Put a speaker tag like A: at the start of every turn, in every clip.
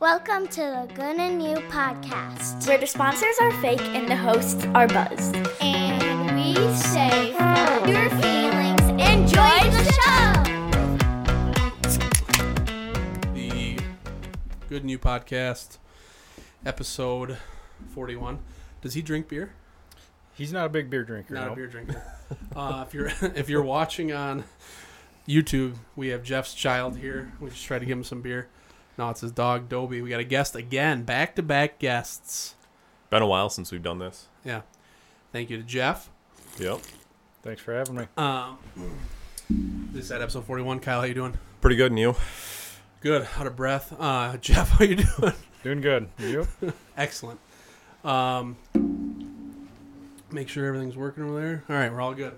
A: Welcome to the Good and New podcast.
B: where the sponsors are fake and the hosts are buzzed.
A: And we say for your feelings, enjoy the show.
C: the Good New Podcast, episode 41. Does he drink beer?
D: He's not a big beer drinker.
C: Not
D: no.
C: a beer drinker. uh, if you're if you're watching on YouTube, we have Jeff's child here. We just try to give him some beer. No, it's his dog Dobie. We got a guest again, back to back guests.
E: Been a while since we've done this.
C: Yeah, thank you to Jeff.
E: Yep.
D: Thanks for having me.
C: Um, this is at episode 41. Kyle, how you doing?
E: Pretty good, Neil.
C: Good. Out of breath. Uh, Jeff, how you doing?
D: Doing good. You?
C: Excellent. Um, make sure everything's working over there. All right, we're all good.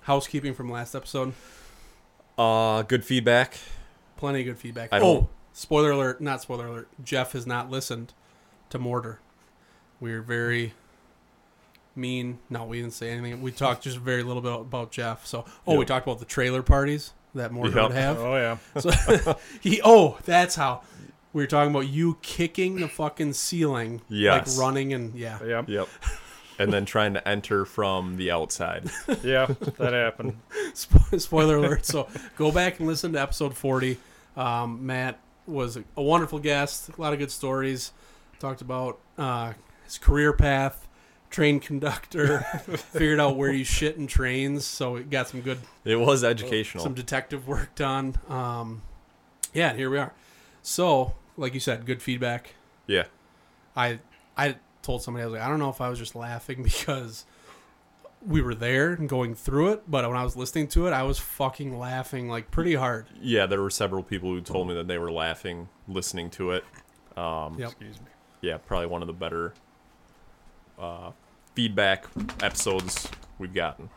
C: Housekeeping from last episode.
E: Uh, good feedback.
C: Plenty of good feedback.
E: I
C: oh,
E: hope-
C: spoiler alert! Not spoiler alert. Jeff has not listened to Mortar. We are very mean. No, we didn't say anything. We talked just very little bit about Jeff. So, oh, we
E: Yep.
C: talked about the trailer parties that Mortar
E: Yep.
C: would have.
D: Oh yeah.
C: So he oh, that's how we were talking about you kicking the fucking ceiling,
E: Yes.
C: like running and yeah,
D: Yeah.
E: Yep. and then trying to enter from the outside.
D: Yeah. That happened.
C: Spo- Spoiler alert! So go back and listen to episode forty. Um, Matt was a wonderful guest. A lot of good stories. Talked about uh, his career path, train conductor. figured out where you shit in trains. So it got some good,
E: It was educational.
C: some detective work done. Um, yeah, and here we are. So, like you said, good feedback.
E: yeah.
C: I I told somebody I was like, I don't know if I was just laughing because we were there and going through it, but when I was listening to it, I was fucking laughing like pretty hard.
E: Yeah, there were several people who told me that they were laughing listening to it. Um,
C: Yep.
D: Excuse me.
E: Yeah, probably one of the better uh, feedback episodes we've gotten.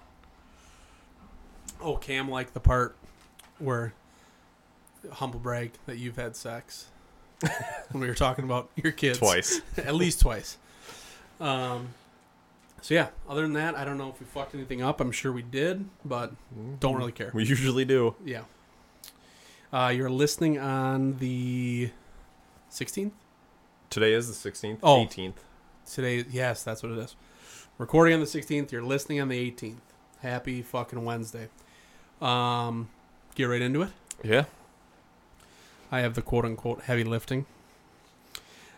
C: Oh, Cam liked the part where humble brag that you've had sex when we were talking about your kids
E: Twice.
C: at least twice. Um. So yeah, other than that, I don't know if we fucked anything up. I'm sure we did, but don't really care.
E: Mm-hmm. We usually do.
C: Yeah. Uh, you're listening on the 16th?
E: Today is the 16th,
C: Oh.
E: 18th.
C: Today, yes, that's what it is. Recording on the 16th, you're listening on the 18th. Happy fucking Wednesday. Um, get right into it.
E: Yeah.
C: I have the quote unquote heavy lifting.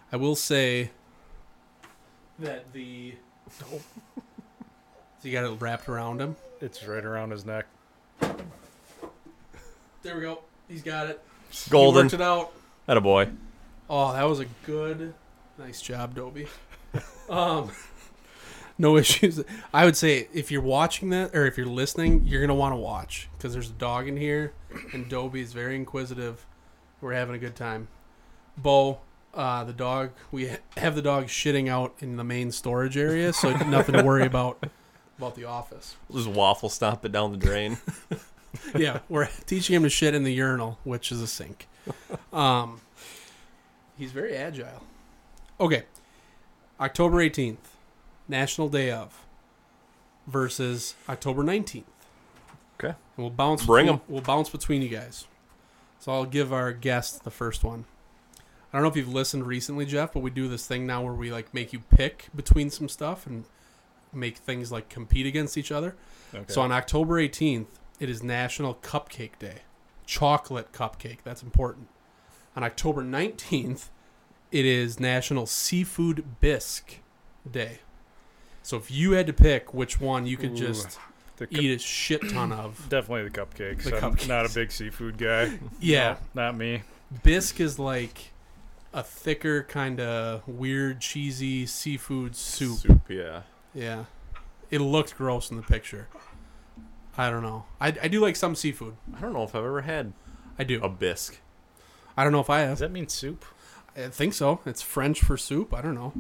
C: I will say that the. so you got it wrapped around him.
D: It's right around his neck.
C: There we go. He's got it. He
E: Golden.
C: worked it out.
E: Atta boy.
C: Oh, that was a good, nice job, Dobie. um, no issues. I would say if you're watching that or if you're listening, you're gonna want to watch because there's a dog in here, and Dobie is very inquisitive. We're having a good time. Bo, uh, the dog, we ha- have the dog shitting out in the main storage area, so nothing to worry about about the office.
E: Just waffle stomp it down the drain.
C: yeah, we're teaching him to shit in the urinal, which is a sink. Um, he's very agile. Okay, October 18th, National Day of, versus October 19th, and
E: okay.
C: we'll bounce.
E: Bring
C: between-
E: 'em.
C: We'll bounce between you guys. So I'll give our guest the first one. I don't know if you've listened recently, Jeff, but we do this thing now where we like make you pick between some stuff and make things like compete against each other.
D: Okay.
C: So on October 18th, it is National Cupcake Day. Chocolate cupcake, that's important. On October 19th, it is National Seafood Bisque Day. So if you had to pick which one you could
D: Ooh,
C: just
D: the cup-
C: eat a shit ton of.
D: definitely the cupcakes.
C: The
D: I'm not a
C: cupcakes.
D: big seafood guy.
C: Yeah,
D: No, not me.
C: bisque is like a thicker kind of weird cheesy seafood soup.
E: Soup, yeah.
C: Yeah. It looked gross in the picture. I don't know. I, I do like some seafood.
E: I don't know if I've ever had
C: I do.
E: a bisque.
C: I don't know if I have.
D: Does that mean soup?
C: I think so. It's French for soup. I don't know.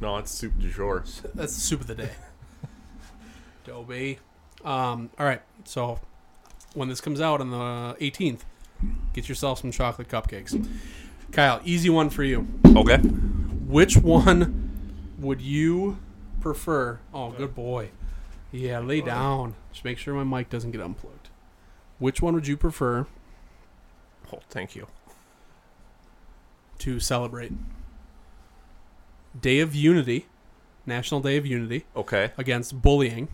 E: No, it's soup du jour.
C: That's the soup of the day. Dobie. Um, all right. So when this comes out on the 18th, get yourself some chocolate cupcakes. Kyle, easy one for you.
E: Okay.
C: Which one would you prefer? Oh, good boy. Yeah, lay down. Just make sure my mic doesn't get unplugged. Which one would you prefer?
E: Oh, thank you.
C: to celebrate Day of Unity, National Day of Unity
E: Okay.
C: against bullying.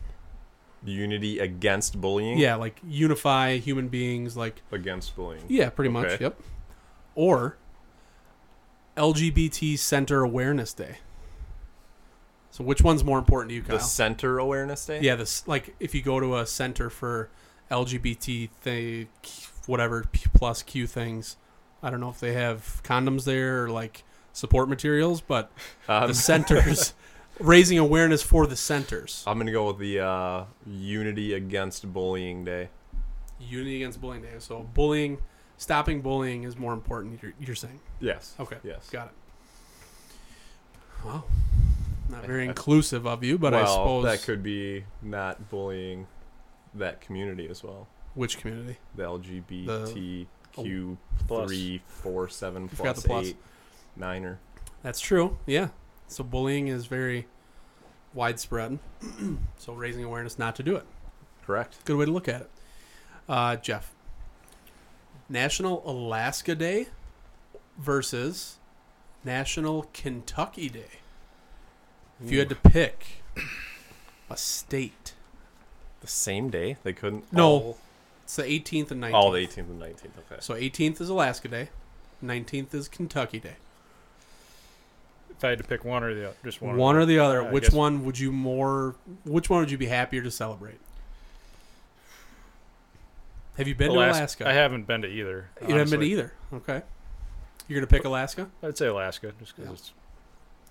E: Unity against bullying.
C: Yeah, like unify human beings like
E: Against bullying.
C: yeah, pretty much,
E: Okay.
C: yep. Or LGBT Center Awareness Day. So which one's more important to you,
E: The
C: Kyle?
E: Center Awareness Day.
C: yeah, this like if you go to a center for LGBT thing, whatever P plus Q things. I don't know if they have condoms there or like support materials, but
E: Um,
C: the centers raising awareness for the centers.
E: I'm gonna go with the uh, Unity Against Bullying Day.
C: Unity against bullying day. So bullying, stopping bullying is more important. You're, you're saying
E: Yes.
C: okay?
E: Yes.
C: got it. Wow, not very inclusive of you, but
E: well,
C: I suppose
E: that could be not bullying that community as well.
C: which community?
E: The LGBTQ
C: Oh,
D: Plus.
E: three four seven
C: forgot
E: plus,
C: the plus.
E: eight er, niner.
C: That's true. Yeah. So bullying is very widespread. so raising awareness not to do it.
E: Correct.
C: Good way to look at it. Uh, Jeff, National Alaska Day versus National Kentucky Day. If you had to pick a state,
E: The same day they couldn't.
C: No.
E: all-
C: it's the 18th and 19th.
E: All the 18th and 19th. Okay.
C: So 18th is Alaska Day, 19th is Kentucky Day.
D: If I had to pick one or the other, just one.
C: One, or the other.
D: Yeah, I
C: which
D: guess-
C: one would you more? Which one would you be happier to celebrate? Have you been
D: Alas-
C: to Alaska?
D: I haven't been to either.
C: you haven't been to
D: honestly.
C: either. Okay. You're gonna pick Alaska?
D: I'd say Alaska, just because
C: Yeah.
D: it's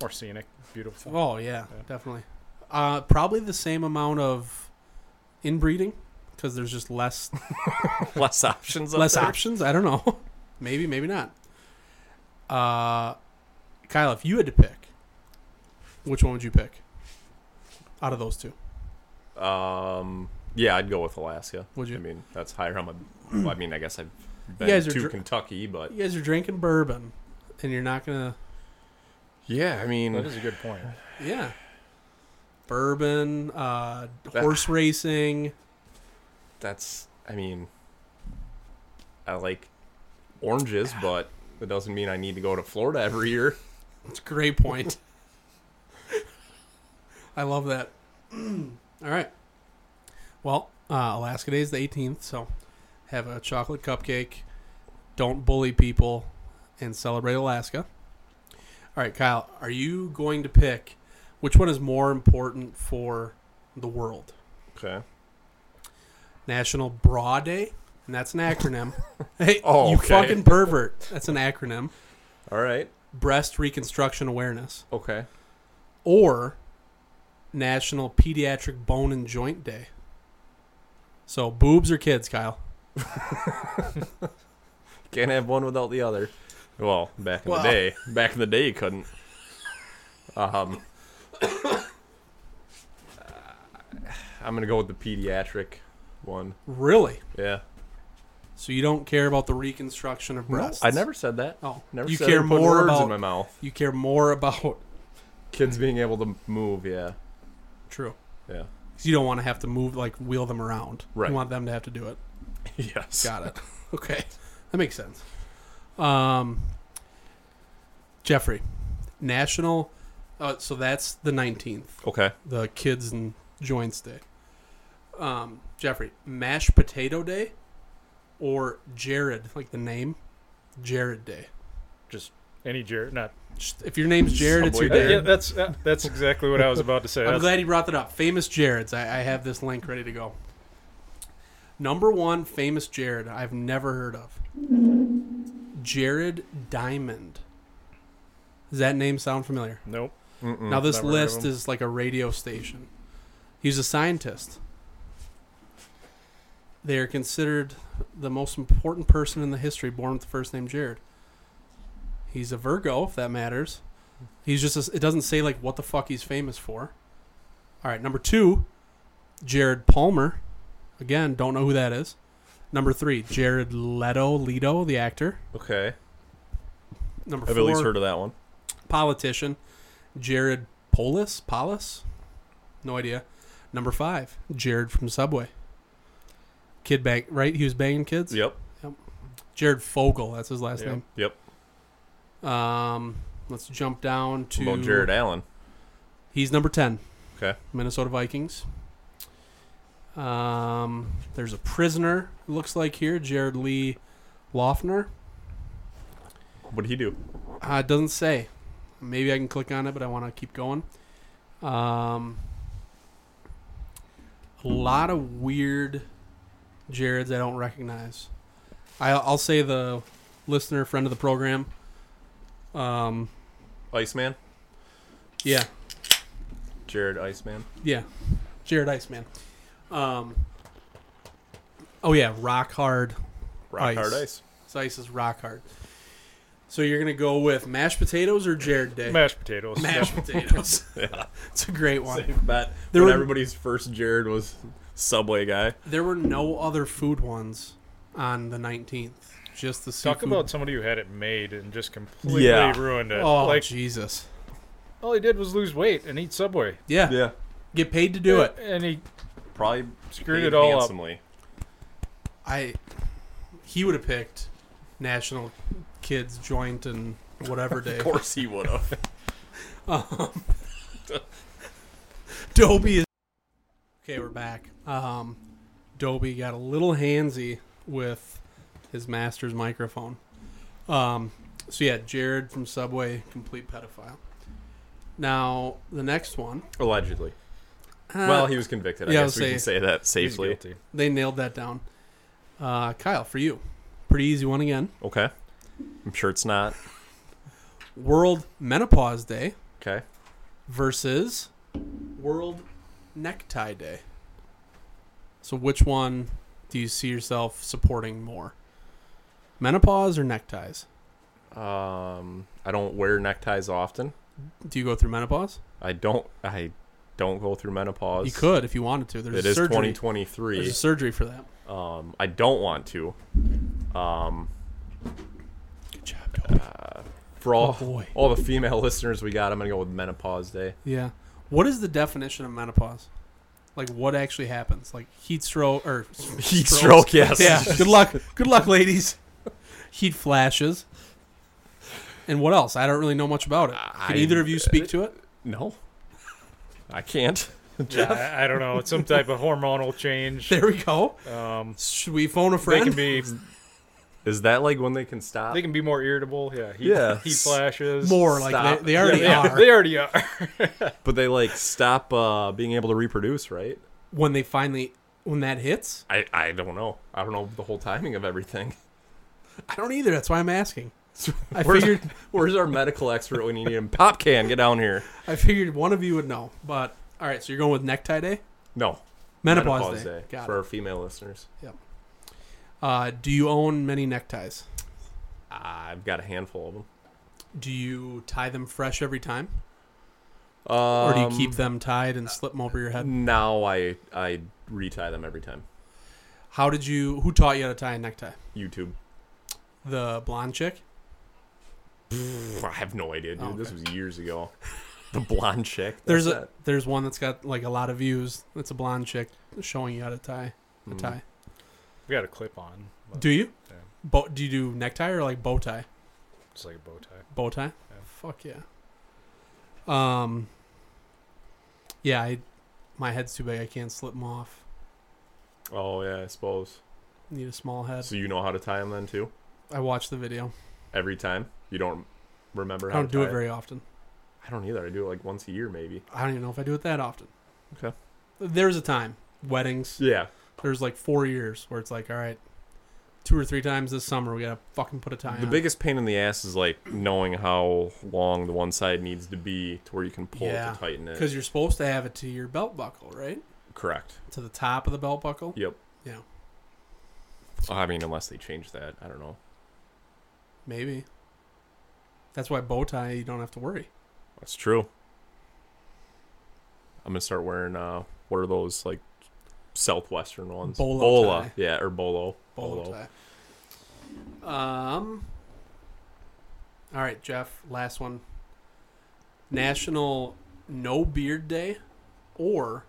D: more scenic, beautiful.
C: Oh yeah,
D: Yeah.
C: definitely. Uh, probably the same amount of inbreeding because there's just less
E: less options. up
C: less
E: there.
C: options. I don't know. maybe, maybe not. Uh, Kyle, if you had to pick, which one would you pick? Out of those two,
E: Um. Yeah, I'd go with Alaska.
C: Would you?
E: I mean, that's higher on my. well, I mean, I guess I've been
C: guys are
E: to
C: dr-
E: Kentucky, but
C: you guys are drinking bourbon, and you're not gonna.
E: yeah, I
D: That
E: mean,
D: is a good point.
C: Yeah. Bourbon, uh,
E: That-
C: horse racing.
E: that's. I mean, I like oranges, but it doesn't mean I need to go to Florida every year.
C: It's a great point. I love that. All right. Well, uh, Alaska Day is the 18th, so have a chocolate cupcake. Don't bully people and celebrate Alaska. All right, Kyle, are you going to pick which one is more important for the world?
E: Okay.
C: National Bra Day, and that's an acronym. hey,
E: Oh,
C: you
E: okay.
C: fucking pervert. That's an acronym.
E: All right.
C: Breast Reconstruction Awareness,
E: Okay.
C: or National Pediatric Bone and Joint Day. So, boobs or kids, Kyle?
E: Can't have one without the other. Well, back in
C: Well.
E: the day, back in the day, you couldn't. Um, I'm gonna go with the pediatric one.
C: Really?
E: Yeah,
C: So you don't care about the reconstruction of breasts?
E: I never said that.
C: Oh,
E: Never
C: you
E: said
C: care
E: I put
C: more
E: words
C: about
E: in my mouth.
C: you care more about
E: Kids being able to move. Yeah,
C: true.
E: yeah,
C: 'Cause you don't want to have to move like wheel them around.
E: Right.
C: You want them to have to do it.
E: yes.
C: Got it. Okay, that makes sense. Um, Jeffrey, National. Uh, so that's the nineteenth,
E: Okay.
C: the Kids and Joints Day. Um, Jeffrey, Mashed Potato Day, or Jared, like the name, Jared Day.
D: Just any Jared, not.
C: Just, if your name's Jared, it's your
E: Subway
C: day.
E: Jared.
D: Yeah, that's uh, that's exactly what I was about to say.
C: I'm
D: That's-
C: glad you brought that up. Famous Jareds. I, I have this link ready to go. Number one, famous Jared. I've never heard of. Jared Diamond. Does that name sound familiar?
D: Nope.
E: Mm-mm.
C: now this
D: never heard of
C: list
D: him.
C: is like a radio station. He's a scientist. They are considered the most important person in the history born with the first name Jared. He's a Virgo, if that matters. He's just a, it doesn't say like what the fuck he's famous for. All right, number two, Jared Palmer. Again, don't know who that is. Number three, Jared Leto, Leto, the actor.
E: Okay.
C: Number
E: I've
C: four,
E: at least heard of that one.
C: politician Jared Polis. Polis? No idea. Number five, Jared from Subway. Kid bang, right? He was banging kids.
E: Yep.
C: Jared Fogle, that's his last
D: Yep.
E: Yep.
C: name. Um, let's jump down to
E: About Jared Allen.
C: He's number ten.
E: Okay.
C: Minnesota Vikings. Um, there's a prisoner. it Looks like here Jared Lee Lofner.
E: What did he do?
C: Uh, it doesn't say. Maybe I can click on it, but I want to keep going. Um, a lot of weird Jareds I don't recognize. I, I'll say the listener, friend of the program. Um,
E: Iceman?
C: yeah,
E: Jared Iceman.
C: yeah, Jared Iceman. Um, oh yeah, Rock Hard.
E: Rock
C: Ice.
E: hard ice.
C: So ice is Rock Hard. So you're gonna go with mashed potatoes or Jared Day?
D: Mashed potatoes.
C: mashed potatoes.
E: Yeah.
C: it's a great one.
E: Safe bet.
C: There
E: when
C: were-
E: everybody's first Jared was Subway guy.
C: There were no other food ones on the 19th. Just the seafood.
D: Talk about somebody who had it made and just completely
E: Yeah.
D: ruined it.
C: oh
D: like
C: Jesus!
D: all he did was lose weight and eat Subway.
C: Yeah. get paid to do it.
D: And he
E: Probably
D: screwed
E: paid
D: it all up.
E: handsomely.
C: I he would have picked National Kids Joint and whatever day.
E: Of course he would have.
C: Dobie is okay. We're back. Um, Dobie got a little handsy with his master's microphone. Um, so yeah, Jared from Subway, complete pedophile. Now the next one.
E: Allegedly.
C: Uh,
E: well, he was convicted. I
C: yeah, I
E: guess
C: would
E: we can
C: say-
E: say that
D: he's
E: safely.
D: guilty.
C: They nailed that down. Uh, Kyle, for you, pretty easy one again.
E: Okay. I'm sure it's not.
C: World Menopause Day
E: Okay.
C: versus World Necktie Day. So, which one do you see yourself supporting more? Menopause or neckties?
E: Um, I don't wear neckties often.
C: Do you go through menopause?
E: I don't. I don't go through menopause.
C: You could if you wanted to. There's
E: It
C: a
E: is
C: surgery.
E: 2023.
C: There's a surgery for that.
E: Um, I don't want to. Um,
C: Good job, Toby.
E: for all
C: Oh, boy.
E: all the female listeners we got, I'm gonna go with menopause day.
C: yeah. What is the definition of menopause? Like, what actually happens? Like heat stroke or
E: Heat
C: strokes.
E: stroke, yes.
C: Yeah. Good luck. Good luck, ladies. Heat flashes. And what else? I don't really know much about it. Can
E: I-
C: either of you speak to it?
E: No, I can't.
D: Yeah, I, I don't know. It's some type of hormonal change.
C: There we go.
D: Um,
C: Should we phone a
D: they
C: friend?
D: can be
E: Is that like when they can stop?
D: they can be more irritable. Yeah. He,
E: Yeah.
D: He flashes
C: More like
E: Stop.
C: they, they already
D: Yeah,
C: are
D: They already are.
E: but they like stop uh, being able to reproduce, right?
C: when they finally when that hits.
E: I I don't know. I don't know the whole timing of everything.
C: I don't either. That's why I'm asking. I
E: Where's-
C: figured
E: Where's our medical expert when you need him? Pop can get down here.
C: I figured one of you would know. But all right, so you're going with necktie day,
E: No,
C: menopause, day. Got
E: for
C: it.
E: our female listeners.
C: Uh, do you own many neckties?
E: I've got a handful of them.
C: Do you tie them fresh every time,
E: Um,
C: or do you keep them tied and slip them over your head?
E: Now I I retie them every time.
C: How did you? Who taught you how to tie a necktie?
E: YouTube.
C: The blonde chick.
E: Pff, I have no idea, dude.
C: Oh,
E: This
C: okay.
E: was years ago. The blonde chick.
C: There's
E: that's
C: a
E: it.
C: there's one that's got like a lot of views. It's a blonde chick showing you how to tie a
E: Mm.
C: tie.
D: We got a clip on. but
C: Do you?
D: Yeah.
C: Bo- do you do necktie or like bow tie?
D: It's like a bow tie.
C: Bow tie.
D: Yeah.
C: Fuck yeah. Um. Yeah, I, my head's too big. I can't slip them off.
E: Oh yeah, I suppose.
C: Need a small head.
E: So you know how to tie them then too?
C: I watch the video.
E: Every time you don't remember
C: I
E: how
C: don't
E: to
C: do
E: tie
C: it very often.
E: I don't either. I do it like once a year maybe.
C: I don't even know if I do it that often.
E: Okay.
C: There's a time. Weddings.
E: Yeah.
C: There's like four years where it's like, all right, two or three times this summer we gotta fucking put a tie
E: The
C: on.
E: biggest pain in the ass is like knowing how long the one side needs to be to where you can pull
C: Yeah.
E: it to tighten it.
C: because you're supposed to have it to your belt buckle, right?
E: Correct.
C: To the top of the belt buckle.
E: Yep.
C: Yeah.
E: I mean, unless they change that, I don't know.
C: Maybe. That's why bow tie you don't have to worry.
E: That's true. I'm gonna start wearing uh, what are those like southwestern ones?
C: Bolo
E: Bola,
C: tie.
E: yeah, or bolo.
C: Bolo, tie. Um. All right, Jeff. Last one. National No Beard Day, or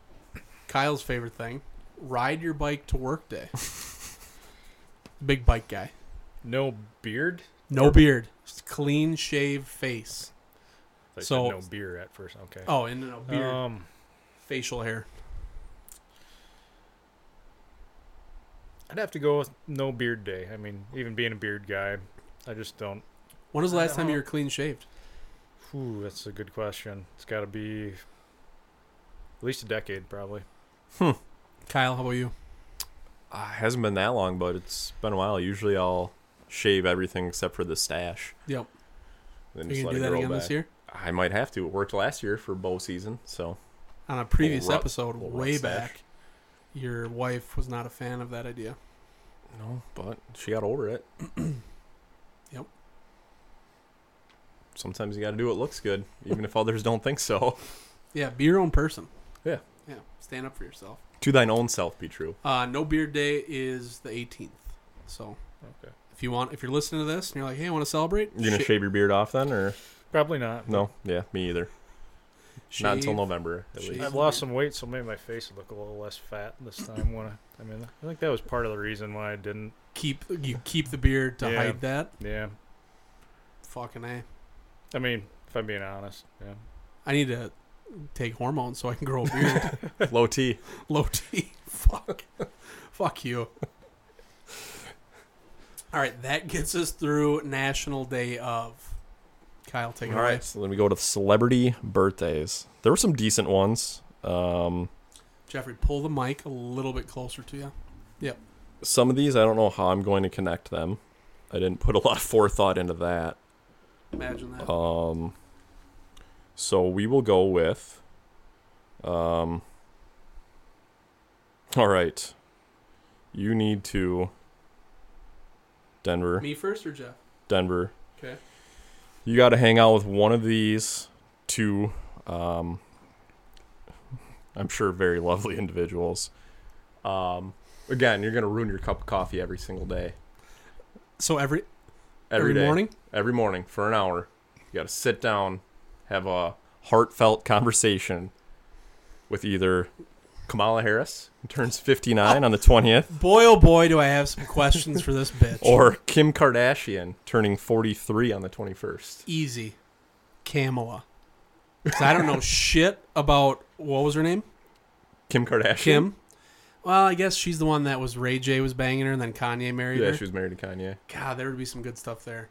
C: Kyle's favorite thing, Ride Your Bike to Work Day. Big bike guy.
D: No beard.
C: No beard, just clean shaved face.
D: I thought you
C: So-
D: said no beer at first. Okay.
C: Oh, and no beard,
D: Um,
C: facial hair.
D: I'd have to go with no beard day. I mean, even being a beard guy, I just don't.
C: When was the
D: I
C: last time you
D: don't-
C: were clean shaved?
D: Whew, that's a good question. It's got to be at least a decade, probably.
C: Kyle, how about you?
E: Uh, hasn't been that long, but it's been a while. Usually I'll shave everything except for the stash.
C: Yep.
E: Then
C: Are you gonna do that again this year?
E: I might have to. It worked last year for bow season, so
C: On a previous
E: rut-
C: episode,
E: little
C: way
E: rut stash.
C: back, your wife was not a fan of that idea.
E: no. But she got over it.
C: Yep.
E: Sometimes you got to do what looks good, even if others don't think so.
C: Yeah, be your own person.
E: Yeah.
C: Yeah. Stand up for yourself.
E: To thine own self, be true.
C: Uh, no beard day is the 18th. So,
D: Okay.
C: if you want, if you're listening to this and you're like, "Hey, I want to celebrate,"
E: You're gonna
C: sha-
E: shave your beard off then, or
D: Probably not.
E: no? Yeah, me either. Not until
C: shave-
E: November at
C: shave.
E: least.
D: I've lost some weight, so maybe my face will look a little less fat this time. When I, I mean, I think that was part of the reason why I didn't.
C: Keep you keep the beard to
D: Yeah.
C: hide that.
D: Yeah.
C: Fucking a.
D: I mean, if I'm being honest, yeah.
C: I need to take hormones so I can grow a beard.
E: Low T.
C: Low T. Fuck. Fuck you. All right, that gets us through National Day of. Kyle, take it
E: All
C: away.
E: right, so then we go to celebrity birthdays. There were some decent ones. Um,
C: Jeffrey, pull the mic a little bit closer to you.
E: some of these, I don't know how I'm going to connect them. I didn't put a lot of forethought into that.
C: Imagine that.
E: Um, so we will go with. Um, all right. You need to. Denver.
C: Me first or Jeff?
E: Denver.
C: Okay.
E: You got to hang out with one of these two, um, I'm sure, very lovely individuals. Um, again, you're going to ruin your cup of coffee every single day.
C: So every
E: Every,
C: every
E: day.
C: morning.
E: Every morning for an hour. You got to sit down, have a heartfelt conversation with either Kamala Harris, who turns 59 on the 20th,
C: Boy, oh boy, do I have some questions for this bitch.
E: or Kim Kardashian, turning 43 on the 21st.
C: easy, Kamala. 'Cause I don't know shit about what was her name,
E: Kim Kardashian.
C: Kim. Well, I guess she's the one that was Ray J was banging her, and then Kanye married
E: Yeah,
C: her.
E: she was married to Kanye.
C: God, there would be some good stuff there.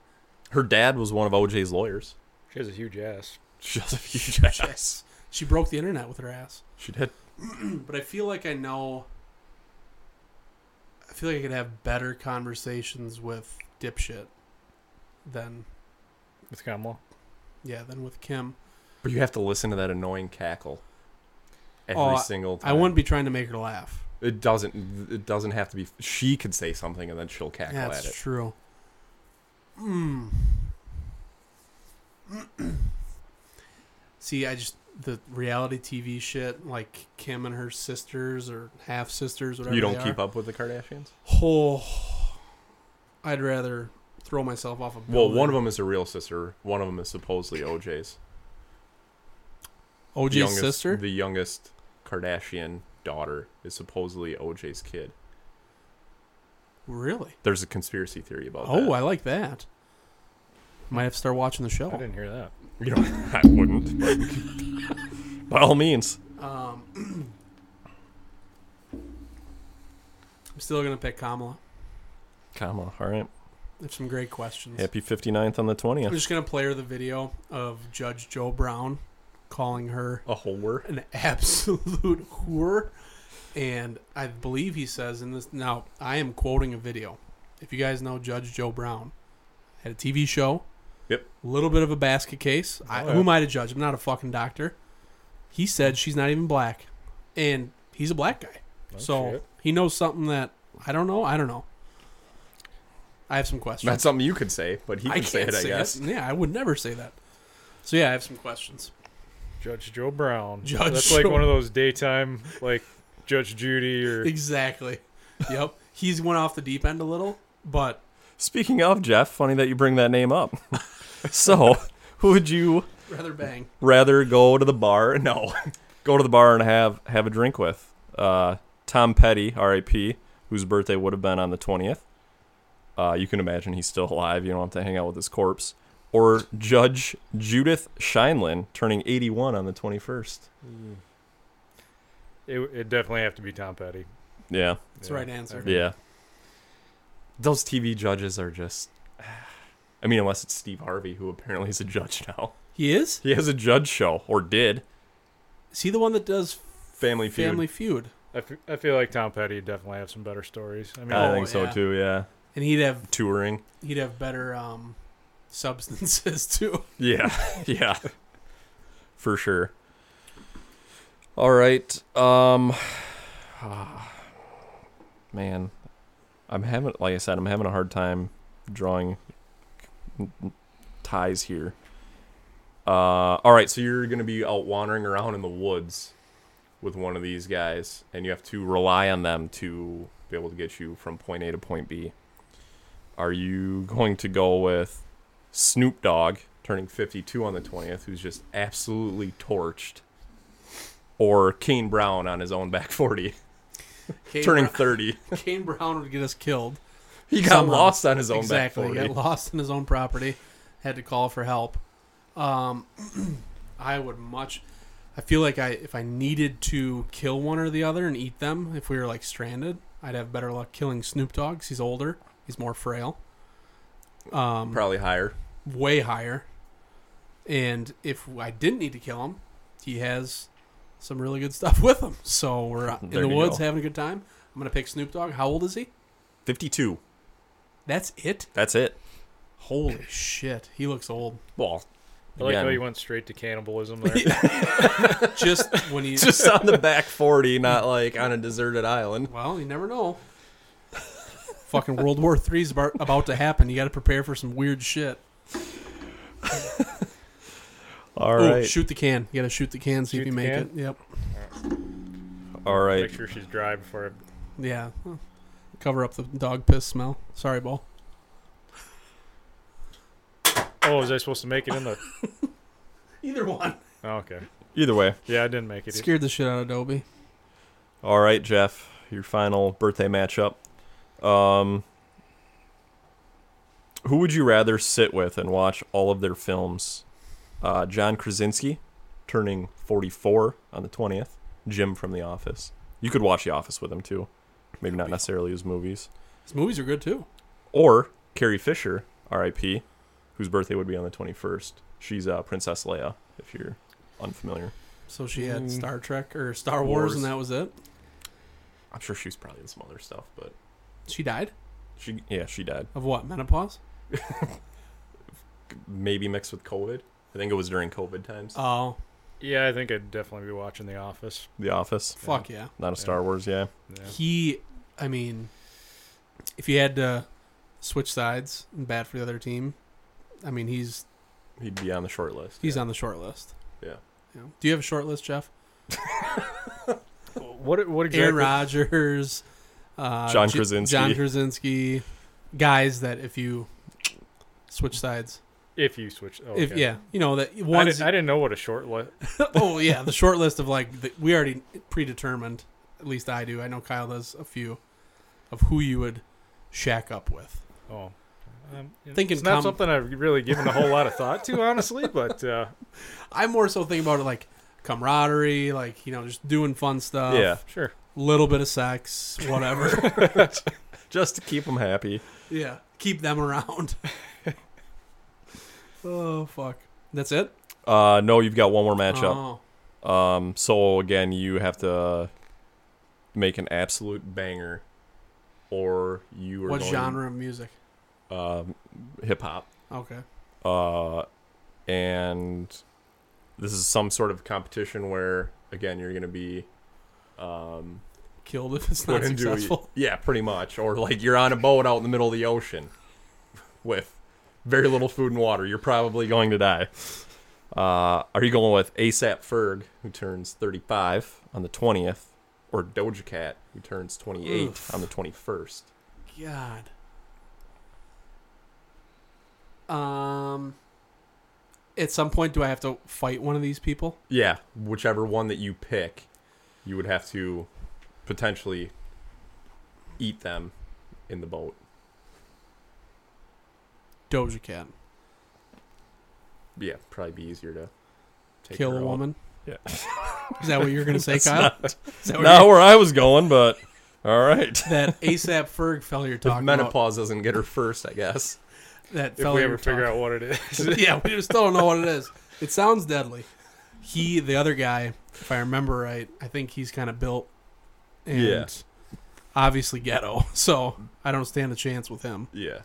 E: Her dad was one of OJ's lawyers.
D: She has a huge ass.
E: She has a huge ass.
C: Yes, she broke the internet with her ass.
E: She did.
C: But I feel like I know. I feel like I could have better conversations with dipshit than
D: With Kamala.
C: yeah than with Kim.
E: But you have to listen to that annoying cackle every
C: Oh,
E: single time.
C: I wouldn't be trying to make her laugh.
E: It doesn't. It doesn't have to be. She could say something and then she'll cackle
C: That's
E: at it.
C: true. Mm. See, I just the reality TV shit, like Kim and her sisters or half sisters, whatever.
E: You don't keep up with the Kardashians.
C: Oh, I'd rather throw myself off a.
E: Well,
C: Building.
E: one of them is a real sister. One of them is supposedly OJ's.
C: OJ's
E: youngest,
C: sister.
E: The youngest Kardashian daughter is supposedly OJ's kid.
C: really?
E: There's a conspiracy theory about
C: Oh,
E: that.
C: I like that. Might have to start watching the
D: I
C: show.
D: didn't hear that.
E: You know, I wouldn't. But by all means.
C: Um, I'm still gonna pick Kamala.
E: Comma. All right.
C: I have some great questions.
E: Happy 59th on the
C: I'm
E: 20th.
C: just gonna play her the video of Judge Joe Brown calling her
E: A whore.
C: an absolute whore, and I believe he says in this. Now I am quoting a video. If you guys know Judge Joe Brown, had a TV show.
E: Yep.
C: A little bit of a basket case. I,
E: Oh, yeah.
C: Who am I to judge? I'm not a fucking doctor. He said she's not even black, and he's a black guy,
E: Oh,
C: so
D: shit.
C: he knows something that I don't know. I don't know. I have some questions.
E: That's something you could say, but he can say it, I guess.
C: It. Yeah, I would never say that. So yeah, I have some questions.
D: Judge Joe Brown.
C: Judge
D: That's like
C: Joe-
D: one of those daytime, like Judge Judy or
C: Exactly. yep. He's went off the deep end a little, but
E: Speaking of Jeff, funny that you bring that name up. so, who would you
C: rather bang.
E: rather go to the bar? No, go to the bar and have have a drink with uh, Tom Petty, R.I.P., whose birthday would have been on the twentieth. Uh, you can imagine he's still alive. You don't have to hang out with his corpse. Or Judge Judith Scheinlin turning 81 on the 21st.
D: It it definitely have to be Tom Petty.
E: Yeah.
C: It's the right answer.
E: Yeah. Those TV judges are just. I mean, unless it's Steve Harvey, who apparently is a judge now.
C: He is?
E: He has a judge show, or did.
C: Is he the one that does
E: Family Feud.
C: Family Feud?
D: I, f- I feel like Tom Petty definitely have some better stories. I mean,
E: I
C: Oh,
E: think so
C: yeah.
E: too. Yeah.
C: And he'd have
E: Touring.
C: he'd have better um, substances too.
E: Yeah, yeah, for sure. All right, um, man, I'm having, like I said, I'm having a hard time drawing ties here. Uh, all right, so you're gonna be out wandering around in the woods with one of these guys, and you have to rely on them to be able to get you from point A to point B. Are you going to go with Snoop Dogg turning 52 on the 20th, who's just absolutely torched, or Kane Brown on his own back 40,
C: Kane
E: turning
C: Brown,
E: 30.
C: Kane Brown would get us killed.
E: He got
C: Somehow.
E: lost on his own
C: exactly. He
E: back
C: got
E: 40.
C: lost in his own property. Had to call for help. Um, I would much. I feel like I if I needed to kill one or the other and eat them if we were like stranded, I'd have better luck killing Snoop Dogg. 'cause He's older. He's more frail.
E: Probably higher.
C: way higher. And if I didn't need to kill him, he has some really good stuff with him. So we're out in
E: There
C: the
E: you
C: woods
E: go.
C: having a good time. I'm gonna pick Snoop Dogg. How old is he?
E: 52.
C: That's it.
E: That's it.
C: Holy shit, he looks old.
E: Well,
D: I like how
E: again,
D: you went straight to cannibalism there.
C: Just when he
E: just on the back 40, not like on a deserted island.
C: well, you never know. Fucking World War Three's about, about to happen. You got to prepare for some weird shit.
E: All
C: Ooh,
E: right.
C: shoot the can. You got to shoot the can, see if
D: Shoot
C: you
D: the
C: make
D: can?
C: it. Yep.
E: All right.
D: Make sure she's dry before.
C: Yeah. Cover up the dog piss smell. Sorry, ball.
D: I... Oh, was I supposed to make it in the?
C: Either one.
D: Oh, okay.
E: Either way.
D: Yeah, I didn't make it.
C: Scared the shit out of Adobe.
E: All right, Jeff, your final birthday matchup. Um, who would you rather sit with and watch all of their films? Uh, John Krasinski, turning 44 on the 20th. Jim from The Office. You could watch The Office with him too. Maybe not necessarily his movies.
C: His movies are good too.
E: Or Carrie Fisher, R.I.P., whose birthday would be on the 21st. She's uh, Princess Leia, if you're unfamiliar.
C: So she had
E: Mm.
C: Star Trek or Star Wars,
E: Wars.
C: and that was it.
E: I'm sure she was probably in some other stuff, but
C: She died
E: she, yeah, she died.
C: of what? Menopause?
E: maybe mixed with COVID. I think it was during COVID times.
C: Oh,
D: Yeah, I think I'd definitely be watching The Office.
E: the Office,
C: fuck yeah.
E: not a Star Wars, yeah.
D: Yeah.
C: He, I mean, if you had to switch sides and bat for the other team, I mean he's
E: He'd be on the short list.
C: he's on the short list.
E: Yeah.
C: You know? Do you have a short list, Jeff?
D: What? What exactly?
C: Aaron Rodgers, uh,
E: John
C: J-
E: Krasinski.
C: John Krasinski, guys that if you switch sides,
D: If you switch. Oh,
C: if
D: okay.
C: yeah, you know that
D: I
C: one's
D: didn't, I didn't know what a short list.
C: oh yeah, the short list of like the, we already predetermined. At least I do. I know Kyle does a few of who you would shack up with.
D: Oh, um,
C: Thinking
D: it's not
C: Tom-
D: something I've really given a whole lot of thought to, honestly. But uh,
C: I more so think about it like camaraderie, like you know, just doing fun stuff.
E: Yeah,
D: sure,
C: little bit of sex, whatever.
E: just to keep him happy.
C: yeah, keep them around. oh fuck, that's it.
E: Uh, no, you've got one more matchup.
C: Oh,
E: Um, so again, you have to make an absolute banger, or you are
C: what
E: going,
C: genre of music?
E: Hip hop.
C: Okay.
E: uh, and this is some sort of competition where again you're going to be
C: Killed if it's
E: put
C: not
E: into
C: successful.
E: yeah pretty much or like you're on a boat out in the middle of the ocean with very little food and water you're probably going to die uh, are you going with asap ferg who turns 35 on the 20th or doja cat who turns 28
C: Oof.
E: on the 21st
C: God. Um. At some point, do I have to fight one of these people?
E: yeah whichever one that you pick you would have to potentially eat them in the boat
C: Doja Cat.
E: Yeah, probably be easier to take
C: Kill
E: her
C: a
E: out.
C: woman.
D: Yeah.
C: Is that what you were going to say, Kyle? Is that what
E: Not
C: you're-
E: where I was going, but all right.
C: that ASAP Ferg fella you're
E: If
C: talking about.
E: menopause doesn't get her first, I guess.
C: That
D: If
C: fella
D: we
C: you
D: ever
C: were
D: figure
C: talking-
D: out what it is.
C: yeah, we just still don't know what it is. It sounds deadly. He, the other guy, if I remember right, I think he's kind of built and
E: Yeah.
C: obviously ghetto. So I don't stand a chance with him.
E: Yeah,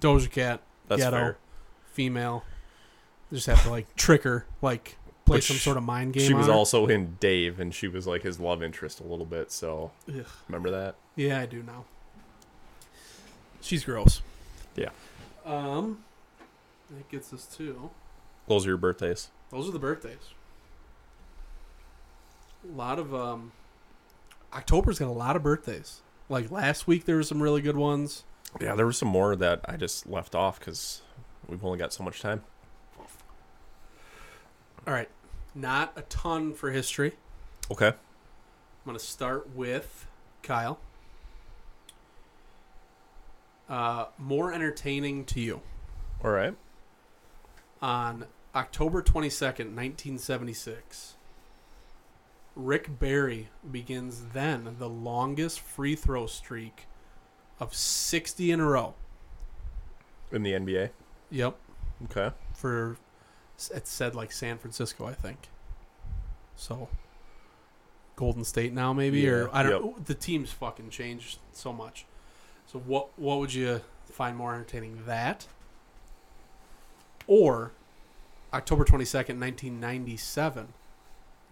C: Doja Cat,
E: that's
C: ghetto,
E: fair.
C: female. Just have to like trick her, like play
E: But
C: some
E: sh-
C: sort of mind game.
E: She was
C: on her.
E: also in Dave, and she was like his love interest a little bit. So
C: Ugh.
E: remember that?
C: Yeah, I do now. She's gross.
E: Yeah.
C: Um, that gets us to
E: Those are your birthdays.
C: those are the birthdays. A lot of um, October's got a lot of birthdays. Like last week, there were some really good ones.
E: Yeah, there was some more that I just left off because we've only got so much time.
C: All right, not a ton for history.
E: Okay.
C: I'm gonna start with Kyle. Uh, more entertaining to you
E: All right.
C: on October 22nd, 1976. Rick Barry begins then the longest free throw streak of 60 in a row.
E: In the NBA.
C: Yep,
E: Okay.
C: for it said like San Francisco, I think. So Golden State now maybe
E: Yeah,
C: or I don't the team's fucking changed so much. So what what would you find more entertaining that or October 22nd, 1997,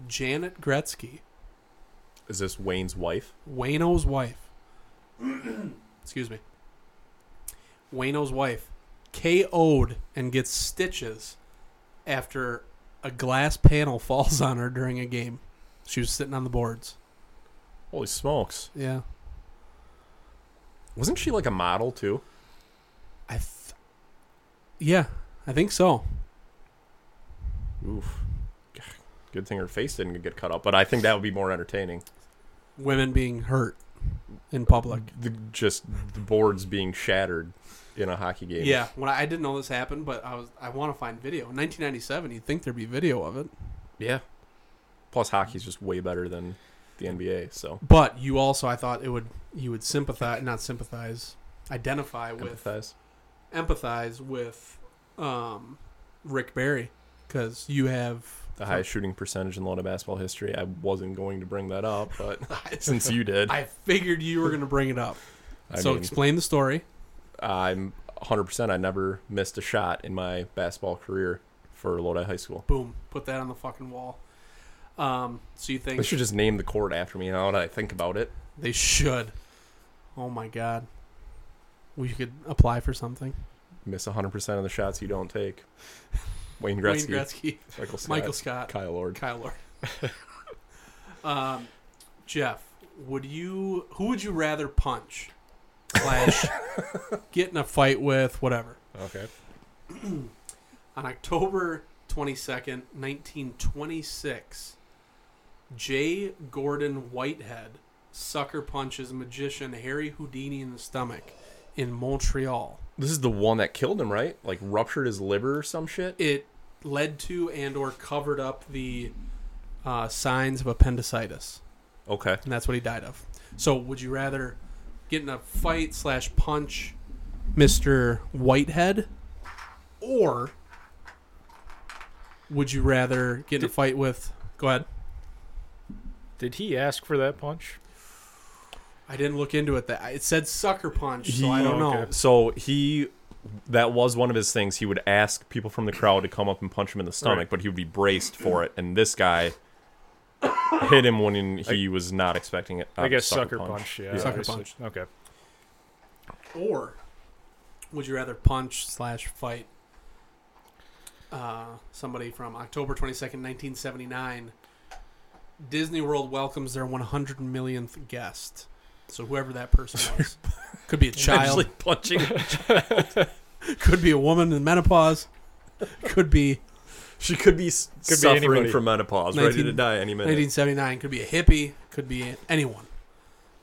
C: Janet Gretzky,
E: Is this Wayne's wife?
C: Wayno's wife. Excuse me. Wayno's wife KO'd and gets stitches after a glass panel falls on her during a game. She was sitting on the boards.
E: Holy smokes!
C: Yeah.
E: Wasn't she like a model too?
C: I th- Yeah, I think so.
E: Oof. Good thing her face didn't get cut up, but I think that would be more entertaining.
C: Women being hurt in public.
E: The, just the boards being shattered in a hockey game.
C: Yeah, when I, I didn't know this happened, but I was I want to find video. In 1997, you'd think there'd be video of it.
E: Yeah. Plus, hockey's just way better than the NBA. So
C: But you also, I thought it would you would sympathize, not sympathize, identify with,
E: empathize.
C: empathize with, um, Rick Barry, because you have
E: The highest shooting percentage in Lona basketball history. I wasn't going to bring that up, but since you did, I,
C: I figured you were going to bring it up, so
E: mean,
C: explain the story.
E: I'm 100%. I never missed a shot in my basketball career for Lodi High School.
C: Boom, put that on the fucking wall. Um, so you think
E: They should just name the court after me now that I think about it.
C: they should? Oh my god, we could apply for something.
E: Miss 100% of the shots you don't take. Wayne Gretzky,
C: Wayne Gretzky,
E: Michael Scott,
C: Michael Scott,
E: Kyle Lord.
C: Kyle Lord. um, Jeff, would you? Who would you rather punch, slash, get in a fight with, whatever?
D: okay.
C: On October twenty second, nineteen twenty six, J. Gordon Whitehead sucker punches magician Harry Houdini in the stomach in Montreal.
E: This is the one that killed him, right? Like ruptured his liver or some shit?
C: It led to and or covered up the uh, signs of appendicitis.
E: Okay.
C: and that's what he died of. So, would you rather get in a fight slash punch Mister Whitehead, or would you rather get in a fight with? Go ahead.
D: Did he ask for that punch?
C: I didn't look into it. That it said sucker punch, so I don't know.
D: Okay.
E: So he, that was one of his things. He would ask people from the crowd to come up and punch him in the stomach,
D: Right.
E: but he would be braced for it. And this guy hit him when he was not expecting it.
D: I
E: Uh,
D: guess sucker, punch. Yeah.
C: Sucker
D: obviously.
C: punch.
D: Okay.
C: Or would you rather punch slash fight uh, somebody from October twenty second, nineteen seventy nine? Disney World welcomes their one hundred millionth guest. So whoever that person was, could be a
E: Actually
C: child,
E: punching.
C: could be a woman in menopause, could be
E: she could be s-
D: be
E: suffering
D: anybody.
E: from menopause, ready to
C: 19
E: die any minute.
C: nineteen seventy nine, could be a hippie, could be anyone.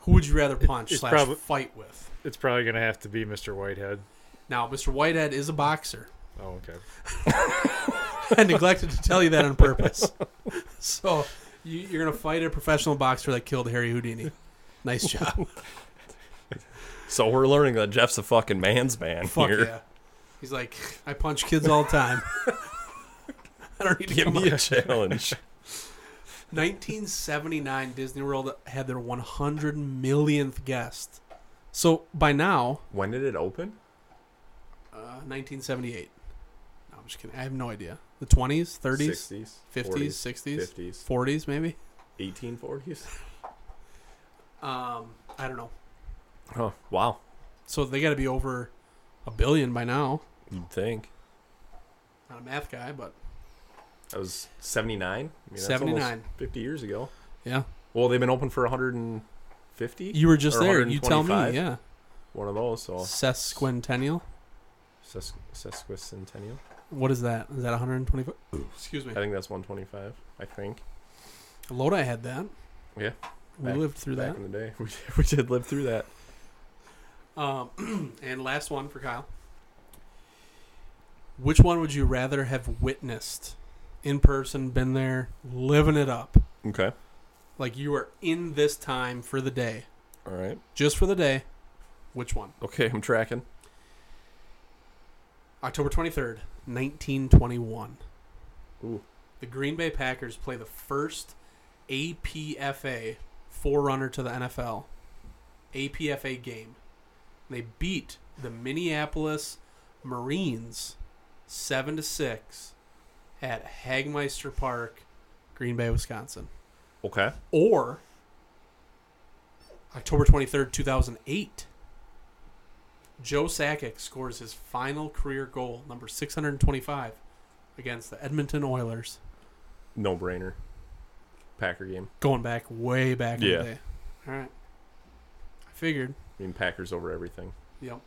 C: Who would you rather punch
D: it's
C: slash
D: probab-
C: fight with?
D: It's probably gonna have to be Mr. Whitehead.
C: Now, Mr. Whitehead is a boxer.
D: Oh, okay.
C: I neglected to tell you that on purpose. So you, you're gonna fight a professional boxer that killed Harry Houdini. Nice job.
E: So we're learning that Jeff's a fucking man's man
C: Fuck
E: here.
C: yeah. He's like, I punch kids all the time. I don't need to
E: Give
C: come
E: me
C: up-
E: a challenge.
C: 1979 Disney World had their 100 millionth guest. So by now,
E: when did it open?
C: uh, 1978. No, I'm just kidding. I have no idea. The 20s, 30s,
E: 60s,
C: 50s, 60s,
E: 50s,
C: 40s, maybe.
E: 1840s.
C: Um, I don't know.
E: Oh, wow.
C: So they got to be over a billion by now.
E: You'd think.
C: Not a math guy, but
E: That was 79? I mean, that's almost
C: 79.
E: 50 years ago.
C: yeah.
E: Well, they've been open for 150?
C: You were just
E: Or
C: there. You tell me.
E: 125?
C: Yeah.
E: One of those, so
C: Sesquicentennial.
E: ses- sesquicentennial.
C: What is that? Is that 125? Excuse me.
E: I think that's 125, I think.
C: Lodi had that.
E: Yeah.
C: We
E: Back-
C: lived through
E: Back
C: that.
E: in the day. We, we did live through that.
C: Um, and last one for Kyle. Which one would you rather have witnessed in person, been there, living it up?
E: Okay.
C: Like you are in this time for the day,
E: All right.
C: just for the day. Which one?
E: Okay, I'm tracking.
C: October 23rd, 1921.
E: Ooh.
C: The Green Bay Packers play the first APFA forerunner to the NFL APFA game. They beat the Minneapolis Marines 7 to 6 at Hagmeister Park, Green Bay, Wisconsin.
E: Okay.
C: Or October 23rd, 2008, Joe Sakic scores his final career goal, number 625, against the Edmonton Oilers,
E: No brainer. Packer game.
C: going back way back in
E: Yeah.
C: the day. All right. I figured.
E: I mean, Packers over everything.
C: Yep.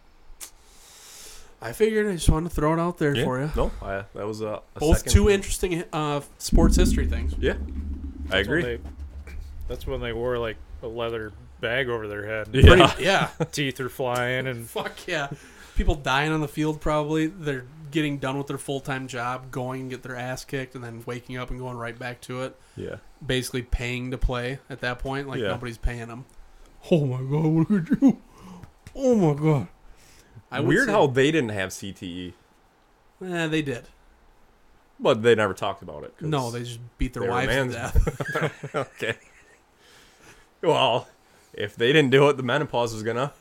C: I figured. I just wanted to throw it out there
E: Yeah.
C: for you.
E: No, I, that was a, a
C: Both
E: second-
C: two interesting uh, sports history things.
E: Yeah, I
D: That's when
E: agree.
D: they- that's when they wore like a leather bag over their head.
E: Yeah.
C: Pretty- yeah.
D: Teeth are flying and
C: Fuck yeah. People dying on the field probably. They're getting done with their full time job, going and get their ass kicked and then waking up and going right back to it.
E: Yeah,
C: Basically paying to play at that point. Like
E: Yeah.
C: nobody's paying them. Oh my god, what could you? Oh my god. I would
E: weird
C: say-
E: how they didn't have CTE,
C: Eh, they did.
E: but they never talked about it. 'cause-
C: No, they just beat their
E: they were
C: wives to
E: man's-
C: death.
E: okay. Well, if they didn't do it, the menopause was gonna.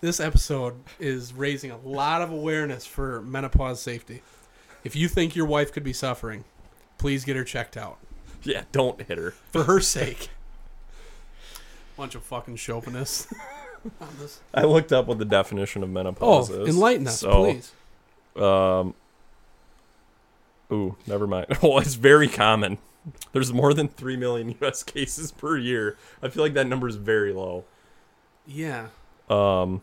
C: this episode is raising a lot of awareness for menopause safety. If you think your wife could be suffering, please get her checked out.
E: Yeah, don't hit her.
C: for her sake. Bunch of fucking chauvinists. On this-
E: I looked up what the definition of
C: oh,
E: menopause is. Oh.
C: enlighten us,
E: So,
C: please.
E: Um. Ooh, never mind. Well, it's very common. There's more than three million U.S. cases per year. I feel like that number is very low.
C: Yeah,
E: Um.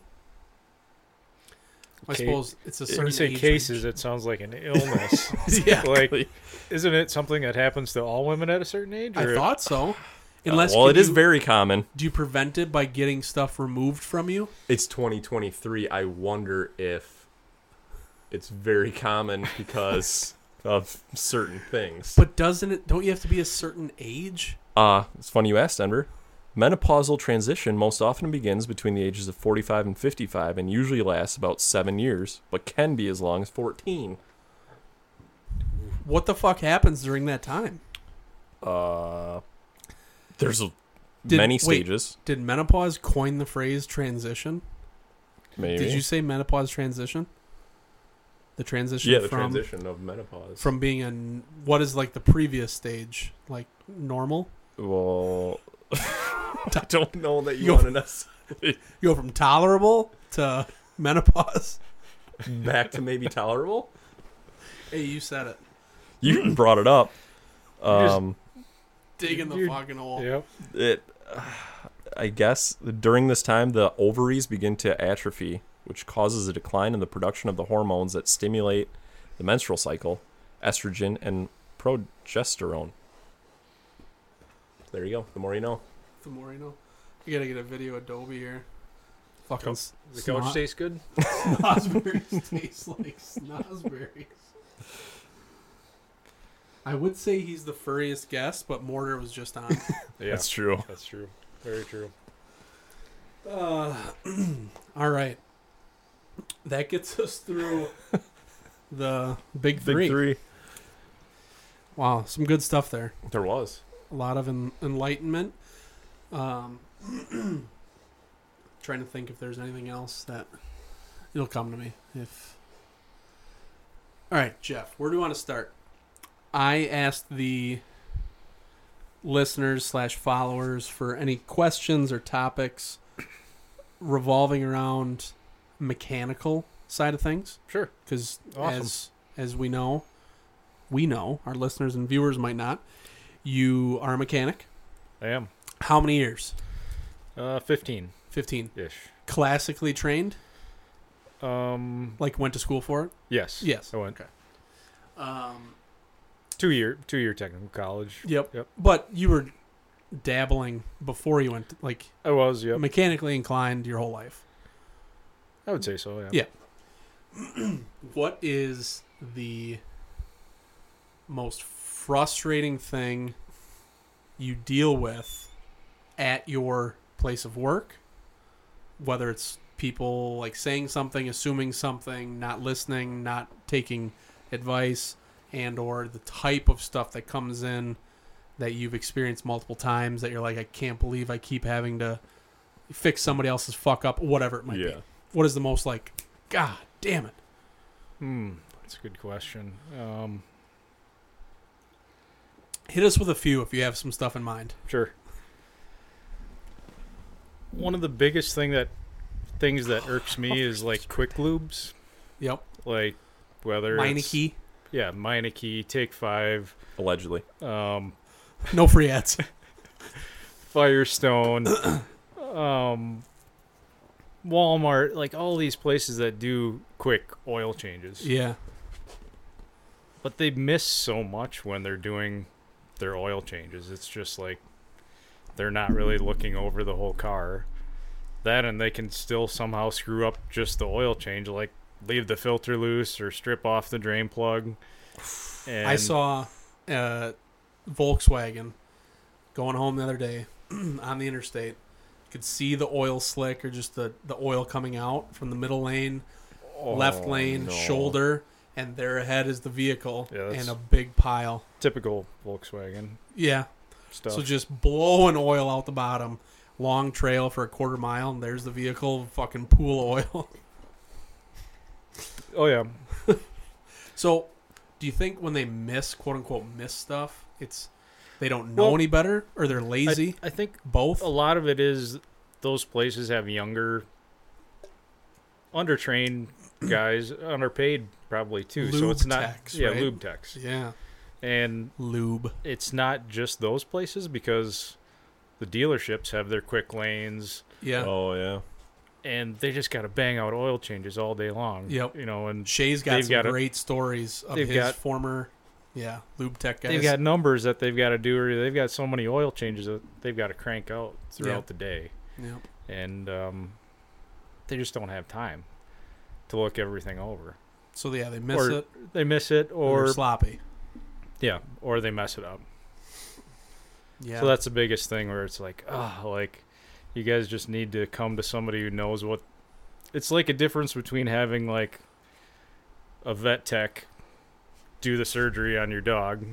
C: I
D: Ca-
C: suppose it's a
D: when
C: certain.
D: you say
C: age
D: cases, it sounds like an illness.
C: range. yeah,
D: like, isn't it something that happens to all women at a certain age?
C: I
D: or-
C: thought so. Unless,
E: Uh, well,
C: could
E: it is
C: you-
E: very common.
C: Do you prevent it by getting stuff removed from you?
E: it's 2023 i wonder if it's very common because of certain things
C: But doesn't it? Don't you have to be a certain age?
E: uh it's funny you asked denver menopausal transition most often begins between the ages of 45 and 55 and usually lasts about seven years but can be as long as 14
C: What the fuck happens during that time?
E: uh there's a,
C: Did-
E: many
C: wait.
E: stages
C: Did menopause coin the phrase transition?
E: maybe
C: Did you say menopause transition? The transition
E: yeah the
C: from
E: transition of menopause
C: from being a n- what is like the previous stage, like normal.
E: well i don't know that you
C: Yo.
E: wanted us
C: You go from tolerable to menopause.
E: back to maybe tolerable
C: Hey, you said it.
E: you brought it up
D: just-
E: um
C: Dig in the
D: You're-
C: fucking hole.
D: Yep.
E: it i guess during this time the ovaries begin to atrophy which causes a decline in the production of the hormones that stimulate the menstrual cycle estrogen and progesterone there you go the more you know
C: The more you know. You gotta get a video Adobe here. Fucking
D: The couch
C: snot-
D: tastes good.
C: Snosberries taste like snosberries. I would say he's the furriest guest, but Mortar was just on.
D: Yeah,
E: That's true.
D: that's true. Very true.
C: Uh, all right. That gets us through the big three.
E: Big three.
C: Wow, some good stuff there.
E: There was.
C: A lot of en- enlightenment. Um, trying to think if there's anything else that it'll come to me. If all right, Jeff, where do you want to start? I asked the listeners slash followers for any questions or topics revolving around mechanical side of things
D: Sure.
C: because
D: Awesome.
C: as as we know, we know our listeners and viewers might not. You are a mechanic.
D: I am.
C: How many years?
D: Uh, fifteen
C: Fifteen.
D: ish.
C: Classically trained,
D: Um,
C: like went to school for it.
D: yes.
C: Yes.
D: I went
C: Um,
D: two year two year technical college.
C: yep.
D: Yep.
C: But you were dabbling before you went, like
D: I was. Yep.
C: mechanically inclined your whole life.
D: I would say so. Yeah.
C: Yeah. What is the most frustrating thing you deal with at your place of work? Whether it's people like saying something, assuming something, not listening, not taking advice, and or the type of stuff that comes in that you've experienced multiple times that you're like, I can't believe I keep having to fix somebody else's fuck up, whatever it might be
E: yeah.
C: what is the most like god damn it
D: Hmm. That's a good question. Um,
C: hit us with a few if you have some stuff in mind
D: Sure. One of the biggest thing that things that irks me is like quick lubes,
C: yep
D: like whether it's-
C: Meineke.
D: yeah, Meineke, Take Five,
E: Allegedly.
D: um,
C: no free ads
D: Firestone, um, Walmart, like all these places that do quick oil changes,
C: yeah
D: but they miss so much when they're doing their oil changes. It's just like they're not really looking over the whole car. That and they can still somehow screw up just the oil change, like leave the filter loose or strip off the drain plug. And
C: i saw uh, volkswagen going home the other day on the interstate could see the oil slick or just the, the oil coming out from the middle lane left
E: Oh,
C: lane
E: no.
C: shoulder and there ahead is the vehicle
D: Yeah, that's-
C: and a big pile
D: typical Volkswagen
C: yeah
D: stuff.
C: So just blowing oil out the bottom, long trail for a quarter mile, and there's the vehicle, fucking pool of oil.
D: oh yeah,
C: so, do you think when they miss quote unquote miss stuff, it's they don't know
D: Well,
C: any better or they're
D: I-
C: lazy?
D: I think
C: Both.
D: a lot of it is those places have younger undertrained guys underpaid probably too so
C: Lube
D: it's not
C: techs,
D: yeah
C: right?
D: lube techs
C: Yeah,
D: and
C: lube.
D: it's not just those places because the dealerships have their quick lanes
C: Yeah,
E: Oh yeah.
D: and they just got to bang out oil changes all day long
C: Yep.
D: you know and
C: Shay's got
D: they've
C: some
D: got a-
C: great stories of
D: they've
C: his
D: got-
C: former, yeah, lube tech guys.
D: they've got numbers that they've got to do or they've got so many oil changes that they've got to crank out throughout the day
C: yeah.
D: and um, they just don't have time to look everything over
C: So yeah, they miss
D: or
C: it
D: they miss it
C: or
D: or
C: sloppy.
D: yeah or they mess it up
C: Yeah,
D: so that's the biggest thing where it's like ah like you guys just need to come to somebody who knows what it's like a difference between having like a vet tech do the surgery on your dog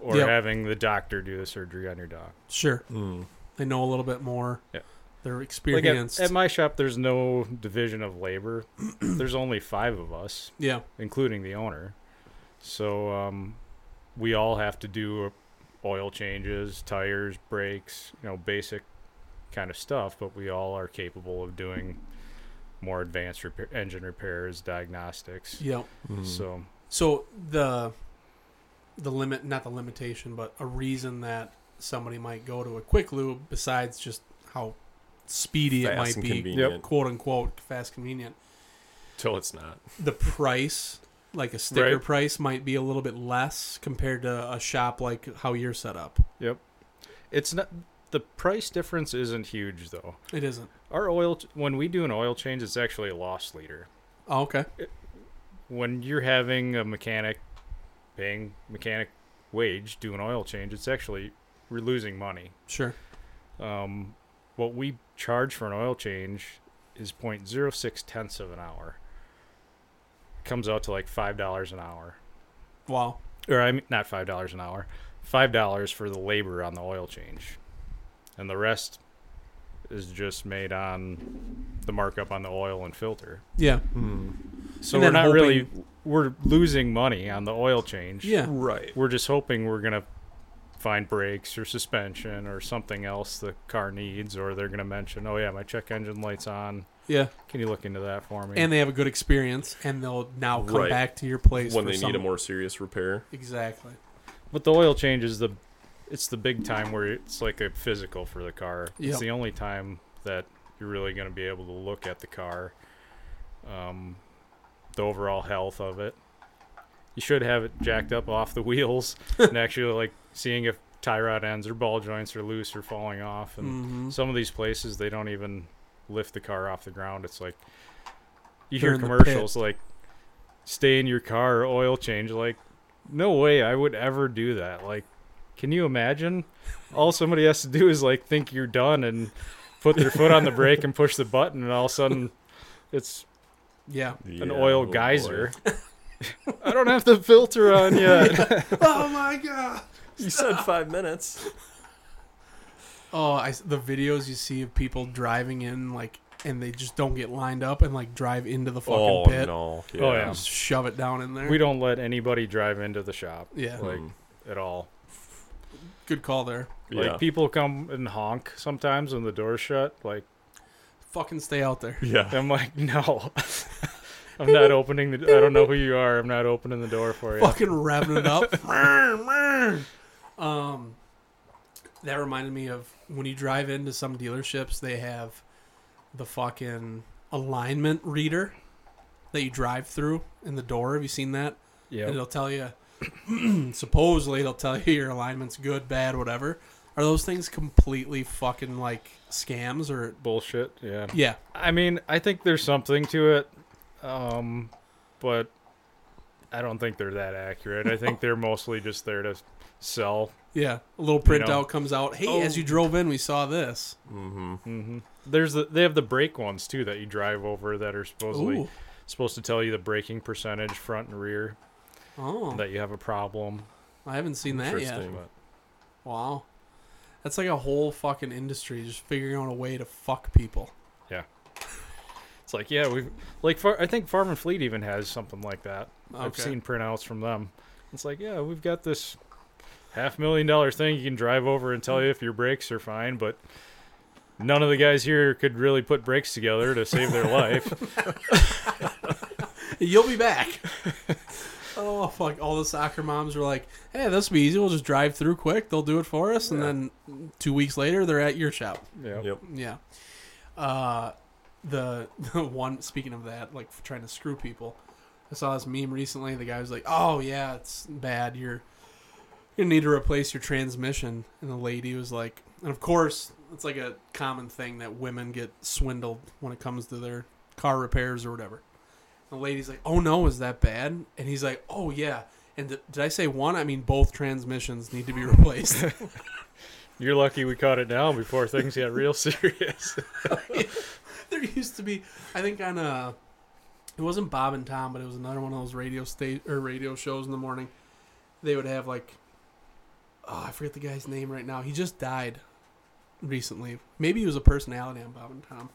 D: or
C: Yep.
D: having the doctor do the surgery on your dog
C: sure.
E: Mm.
C: They know a little bit more.
D: Hmm. Yeah.
C: They're
D: like
C: experienced.
D: at, at my shop there's no division of labor there's only five of us
C: yeah,
D: including the owner. So um, we all have to do oil changes, tires, brakes, you know, basic kind of stuff. But we all are capable of doing more advanced repair, engine repairs, diagnostics.
C: yeah.
E: Mm.
D: So
C: So the the limit, not the limitation, but a reason that somebody might go to a quick lube, besides just how speedy
E: Fast
C: it might
E: and
C: be,
E: convenient.
C: quote unquote, fast convenient.
E: Till it's not.
C: The price, like a sticker
D: Right.
C: price, might be a little bit less compared to a shop like how you're set up.
D: it's not the price difference isn't huge though.
C: It isn't.
D: Our oil when we do an oil change, it's actually a loss leader.
C: Oh, okay.
D: When you're having a mechanic paying mechanic wage do an oil change, it's actually we're losing money.
C: Sure.
D: Um, what we charge for an oil change is 0.06 tenths of an hour. Comes out to like five dollars an hour,
C: Wow.
D: or I mean, not five dollars an hour, five dollars for the labor on the oil change, and the rest is just made on the markup on the oil and filter.
C: Yeah.
E: Hmm.
D: So
C: And
D: we're
C: then
D: not really we're losing money on the oil change.
C: Yeah.
E: Right.
D: we're just hoping we're gonna find brakes or suspension or something else the car needs, or they're gonna mention, oh yeah, my check engine light's on.
C: Yeah.
D: Can you look into that for me?
C: And they have a good experience, and they'll now come
E: Right.
C: back to your place
E: When
C: for
E: they
C: some-
E: need a more serious repair.
C: Exactly.
D: but the oil change is the it's the big time where it's like a physical for the car.
C: Yep.
D: It's the only time that you're really gonna be able to look at the car, um, the overall health of it. You should have it jacked up off the wheels and actually like seeing if tie rod ends or ball joints are loose or falling off and
C: hmm
D: some of these places they don't even lift the car off the ground it's like you
C: They're
D: hear
C: in the
D: commercials like stay in your car oil change like no way i would ever do that like can you imagine all somebody has to do is like think you're done and put their foot on the brake and push the button and all of a sudden it's
C: Yeah.
D: an
E: Yeah,
D: oil
E: oh boy.
D: geyser i don't have the filter on yet
C: oh my god.
E: You said five minutes.
C: Oh, I s the videos you see of people driving in like, and they just don't get lined up and like drive into the fucking
E: Oh
C: pit.
E: no. Yeah.
D: Oh, yeah.
C: Just shove it down in there.
D: we don't let anybody drive into the shop
C: Yeah.
D: like at all
C: Good call there.
D: Like
E: Yeah.
D: people come and honk sometimes when the door's shut. Like
C: Fucking stay out there.
E: Yeah.
D: I'm like, no, I'm not opening the. I don't know who you are. I'm not opening the door for you.
C: fucking revving it up. Brr, brr. um, that reminded me of when you drive into some dealerships, they have the fucking alignment reader that you drive through in the door. Have you seen that? And
D: Yeah.
C: it'll tell you, supposedly, they'll tell you your alignment's good, bad, whatever. Are those things completely fucking like scams or?
D: Bullshit. Yeah.
C: Yeah,
D: I mean, I think there's something to it, um, but I don't think they're that accurate. I think they're mostly just there to sell.
C: yeah. A little
D: You
C: printout
D: know.
C: comes out. Hey,
D: Oh.
C: as you drove in, we saw this.
E: Mm-hmm.
D: hmm There's the they have the brake ones too that you drive over that are supposedly
C: Ooh.
D: supposed to tell you the braking percentage front and rear
C: Oh,
D: that you have a problem.
C: I haven't seen that yet.
E: Interesting.
C: Wow. That's like a whole fucking industry just figuring out a way to fuck people.
D: It's like, yeah, we've like far, I think Farm and Fleet even has something like that. I've
C: Okay.
D: seen printouts from them. It's like, yeah, we've got this half million dollar thing you can drive over and tell you if your brakes are fine, but none of the guys here could really put brakes together to save their life.
C: You'll be back. oh fuck! All the soccer moms were like, "Hey, this will be easy. We'll just drive through quick. They'll do it for us." And then two weeks later, they're at your shop.
D: Yeah.
E: Yep.
C: Yeah. Uh, the the one speaking of that, like trying to screw people. I saw this meme recently. The guy was like, "Oh yeah, it's bad. You're you need to replace your transmission." And the lady was like, "And of course, it's like a common thing that women get swindled when it comes to their car repairs or whatever." The lady's like, "Oh no, is that bad?" And he's like, "Oh yeah." And th- did I say one? I mean both transmissions need to be replaced.
D: You're lucky we caught it now before things got real serious.
C: there used to be i think on uh it wasn't bob and tom but it was another one of those radio state or radio shows in the morning they would have like oh i forget the guy's name right now he just died recently maybe he was a personality on bob and tom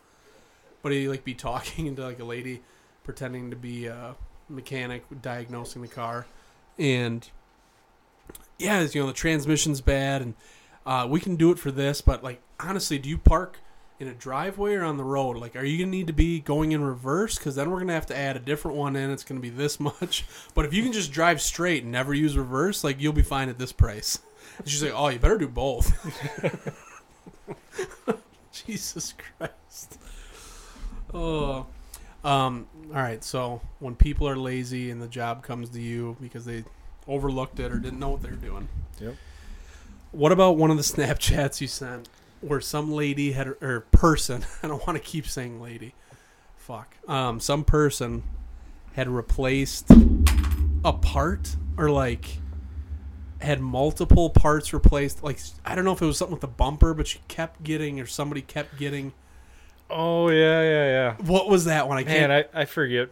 C: but he'd like be talking to like a lady pretending to be a mechanic diagnosing the car and yeah you know the transmission's bad and uh, we can do it for this but like honestly do you park in a driveway or on the road? Like, are you going to need to be going in reverse? Because then we're going to have to add a different one in. It's going to be this much. But if you can just drive straight and never use reverse, like, you'll be fine at this price. And she's like, oh, you better do both. Jesus Christ. Oh. Um, all right. So when people are lazy and the job comes to you because they overlooked it or didn't know what they were doing.
D: Yep.
C: What about one of the Snapchats you sent where some lady had or person I don't want to keep saying lady, fuck. Um, some person had replaced a part or like had multiple parts replaced. Like I don't know if it was something with the bumper, but she kept getting or somebody kept getting.
D: Oh yeah, yeah, yeah.
C: What was that one? I can't.
D: Man, I, I forget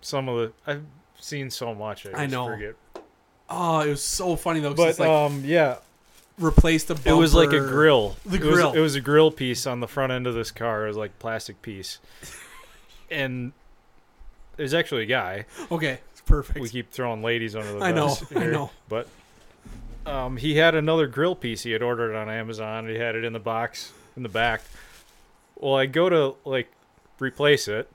D: some of the. I've seen so much. I, just
C: I know.
D: Forget.
C: oh, it was so funny though. 'cause
D: But
C: it's like
D: um, yeah,
C: replaced a bumper.
D: it was like a grill.
C: The
D: It was-
C: grill.
D: it was a grill piece on the front end of this car. It was like plastic piece, and it was actually a guy.
C: Okay, it's perfect.
D: we keep throwing ladies under the bus.
C: I know, I
D: here,
C: know.
D: But um, he had another grill piece he had ordered on Amazon. He had it in the box in the back. Well, I go to like replace it,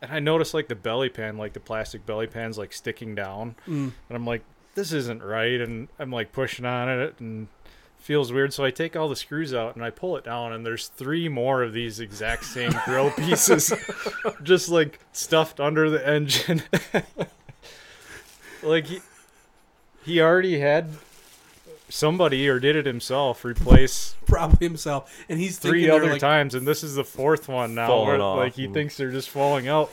D: and I notice like the belly pan, like the plastic belly pan's like sticking down,
C: Mm.
D: and I'm like, this isn't right, and I'm like pushing on it and. Feels weird, so I take all the screws out and I pull it down, and there's three more of these exact same grill pieces, just like stuffed under the engine. like he, he already had somebody or did it himself replace
C: probably himself, and he's thinking
D: three
C: they're,
D: other
C: like,
D: times and this is the fourth one now
E: Falling
D: where,
E: off
D: like he
E: and-
D: thinks they're just falling out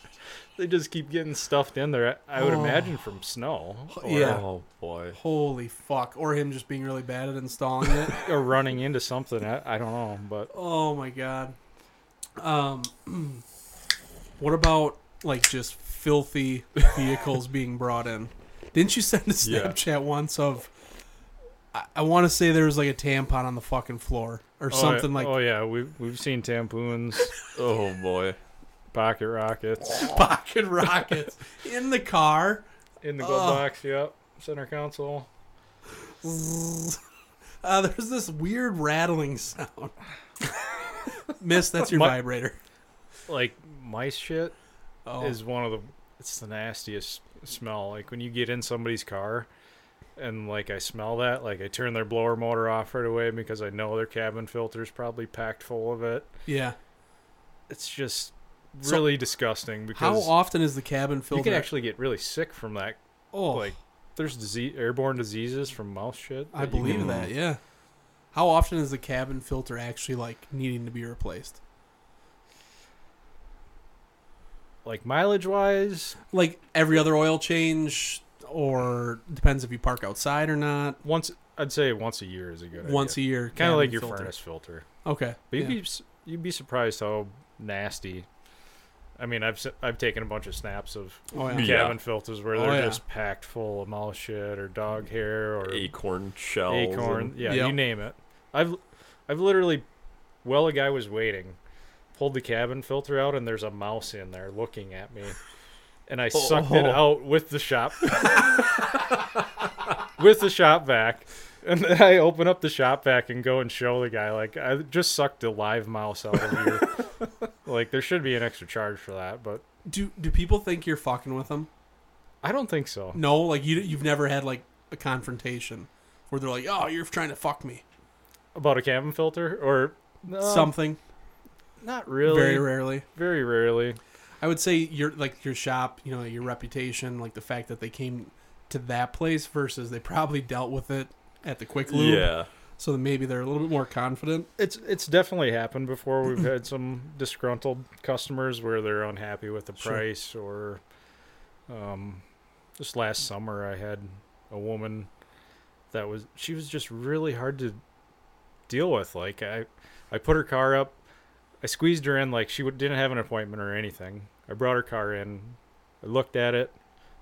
D: they just keep getting stuffed in there i I would imagine from snow or,
C: Yeah.
E: Oh boy.
C: Holy fuck! Or him just being really bad at installing it.
D: or running into something I, I don't know but
C: oh my god. Um, what about like just filthy vehicles being brought in? Didn't you send a
E: Yeah.
C: Snapchat once of? I, I want to say there was like a tampon on the fucking floor or
D: Oh,
C: something
D: yeah.
C: like
D: oh yeah we, we've seen tampoons
E: Oh boy.
D: pocket rockets
C: pocket rockets in the car.
D: in the glove box yep center console
C: Uh, there's this weird rattling sound. Miss, that's your
D: My-
C: vibrator.
D: like mice shit
C: Oh,
D: is one of the it's the nastiest smell like when you get in somebody's car and like i smell that like i turn their blower motor off right away because i know their cabin filter's probably packed full of it
C: yeah.
D: it's just
C: So-
D: really disgusting
C: How
D: because
C: often is the cabin
D: you
C: filter?
D: can actually get really sick from that
C: oh,
D: like there's disease airborne diseases from mouse shit
C: I
D: that you
C: believe
D: can-
C: that. Yeah. How often is the cabin filter actually like needing to be replaced?
D: like mileage wise
C: Like every other oil change, or depends if you park outside or not.
D: once i'd say once a year is a good
C: Once a year,
D: kind
C: cabin
D: of like your
C: filter.
D: furnace filter
C: Okay.
D: But you'd
C: yeah.
D: be s- you'd be surprised how nasty. I mean, I've s- I've taken a bunch of snaps of
C: Oh, yeah.
E: Yeah.
D: cabin filters where
C: Oh,
D: they're
C: yeah. Mm.
D: just packed full of mouse shit or dog hair or
E: Acorn shells. and-
D: acorn. Yeah,
C: Yep.
D: you name it. I've I've literally, while a guy was waiting, pulled the cabin filter out and there's a mouse in there looking at me, and I sucked it
E: Oh.
D: out with the shop, with the shop vac. And then I open up the shop vac and go and show the guy like I just sucked a live mouse out of here. like there should be an extra charge for that, but
C: Do do people think you're fucking with them?
D: I don't think so.
C: No, like you you've never had like a confrontation where they're like, "Oh, you're trying to fuck me."
D: About a cabin filter or no,
C: Something
D: not Um, really,
C: very rarely.
D: very rarely.
C: I would say your like your shop, you know, your reputation, like the fact that they came to that place versus they probably dealt with it at the quick lube.
E: Yeah.
C: So then maybe they're a little bit more confident.
D: it's it's definitely happened before. We've had some disgruntled customers where they're unhappy with the
C: Sure.
D: price, or um, just last summer I had a woman that was she was just really hard to deal with. Like I I put her car up, I squeezed her in like she w- didn't have an appointment or anything. I brought her car in, I looked at it,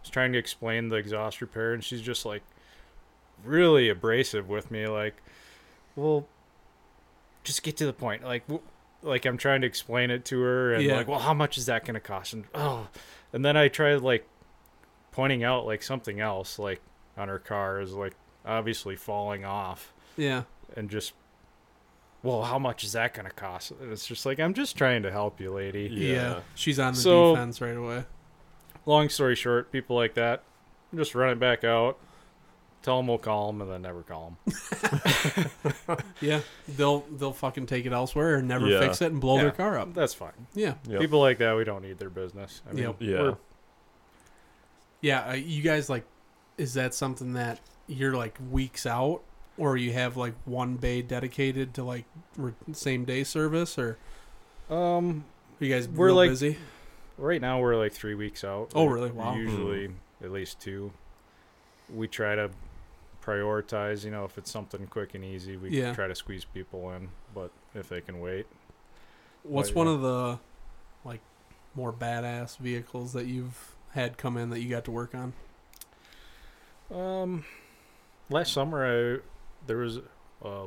D: was trying to explain the exhaust repair, and she's just like really abrasive with me, like, well, just get to the point. Like, w- like I'm trying to explain it to her, and
C: Yeah.
D: like, well, how much is that going to cost? And oh, and then I tried like pointing out like something else, like on her car is like obviously falling off,
C: Yeah.
D: and just. Well, how much is that going to cost? And it's just like I'm just trying to help you, lady.
E: Yeah.
C: Yeah. She's on the
D: So-
C: defense right away.
D: long story short, people like that just run it back out, tell them we'll call them, and then never call them.
C: Yeah. They'll they'll fucking take it elsewhere or never
E: Yeah.
C: fix it and blow their car up.
D: That's fine.
C: Yeah.
E: Yep.
D: People like that, we don't need their business. I mean,
C: Yep.
E: Yeah.
D: we're-
C: Yeah, uh, you guys like is that something that you're like weeks out or you have like one bay dedicated to like re- same day service, or
D: Um,
C: are you guys
D: We're,
C: real
D: like-
C: busy?
D: right now we're like three weeks out.
C: Oh,
D: Like,
C: really? Wow. Hmm.
D: Usually at least two. We try to prioritize. You know, if it's something quick and easy, we
C: Yeah.
D: try to squeeze people in. But if they can wait,
C: What's
D: Like,
C: one
D: yeah.
C: of the like more badass vehicles that you've had come in that you got to work on?
D: Um, last summer I there was uh,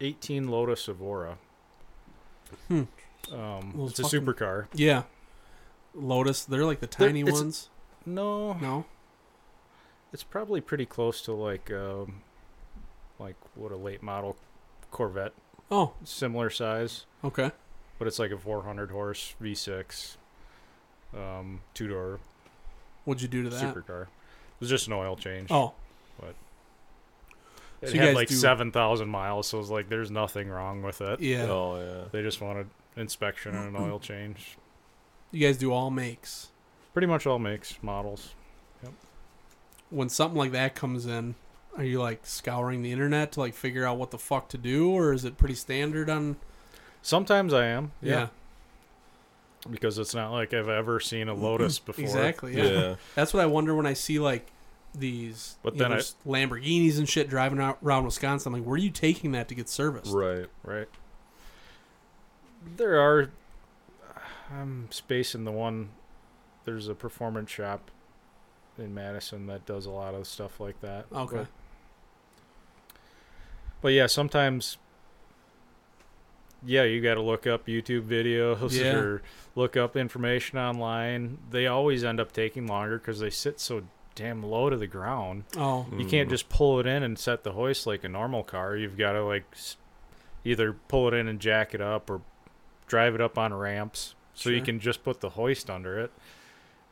D: 18 Lotus Evora.
C: Hmm.
D: Um,
C: Those
D: it's a
C: fucking-
D: supercar.
C: Yeah, Lotus. They're like the
D: They're-
C: tiny
D: it's-
C: ones.
D: No,
C: No,
D: it's probably pretty close to like um, like what a late model Corvette,
C: Oh,
D: similar size,
C: okay.
D: but it's like a 400 horse V6, um, two door
C: What'd you do to that?
D: supercar. It was just an oil change.
C: Oh,
D: it
C: so you
D: had
C: guys
D: like
C: do-
D: 7,000 miles, so it's like there's nothing wrong with it.
C: yeah.
E: Oh yeah.
D: They just wanted inspection and an oil change.
C: You guys do all makes.
D: Pretty much all makes, models.
C: When something like that comes in, are you like scouring the internet to like figure out what the fuck to do, or is it pretty standard on?
D: Sometimes I am. Because it's not like I've ever seen a Lotus before.
C: exactly. Yeah.
E: Yeah.
C: that's what I wonder when I see like these
D: But
C: you know,
D: then I-
C: there's Lamborghinis and shit driving out around Wisconsin. I'm like, where are you taking that to get serviced?
E: Right.
D: Right. There are. I'm spacing the one. There's a performance shop in Madison that does a lot of stuff like that.
C: Okay.
D: But, but yeah, sometimes. Yeah, you got to look up YouTube videos
C: Yeah.
D: or look up information online. They always end up taking longer because they sit so damn low to the ground.
C: Oh,
E: Mm.
D: You can't just pull it in and set the hoist like a normal car. You've got to like s- either pull it in and jack it up or drive it up on ramps so you
C: Sure.
D: can just put the hoist under it.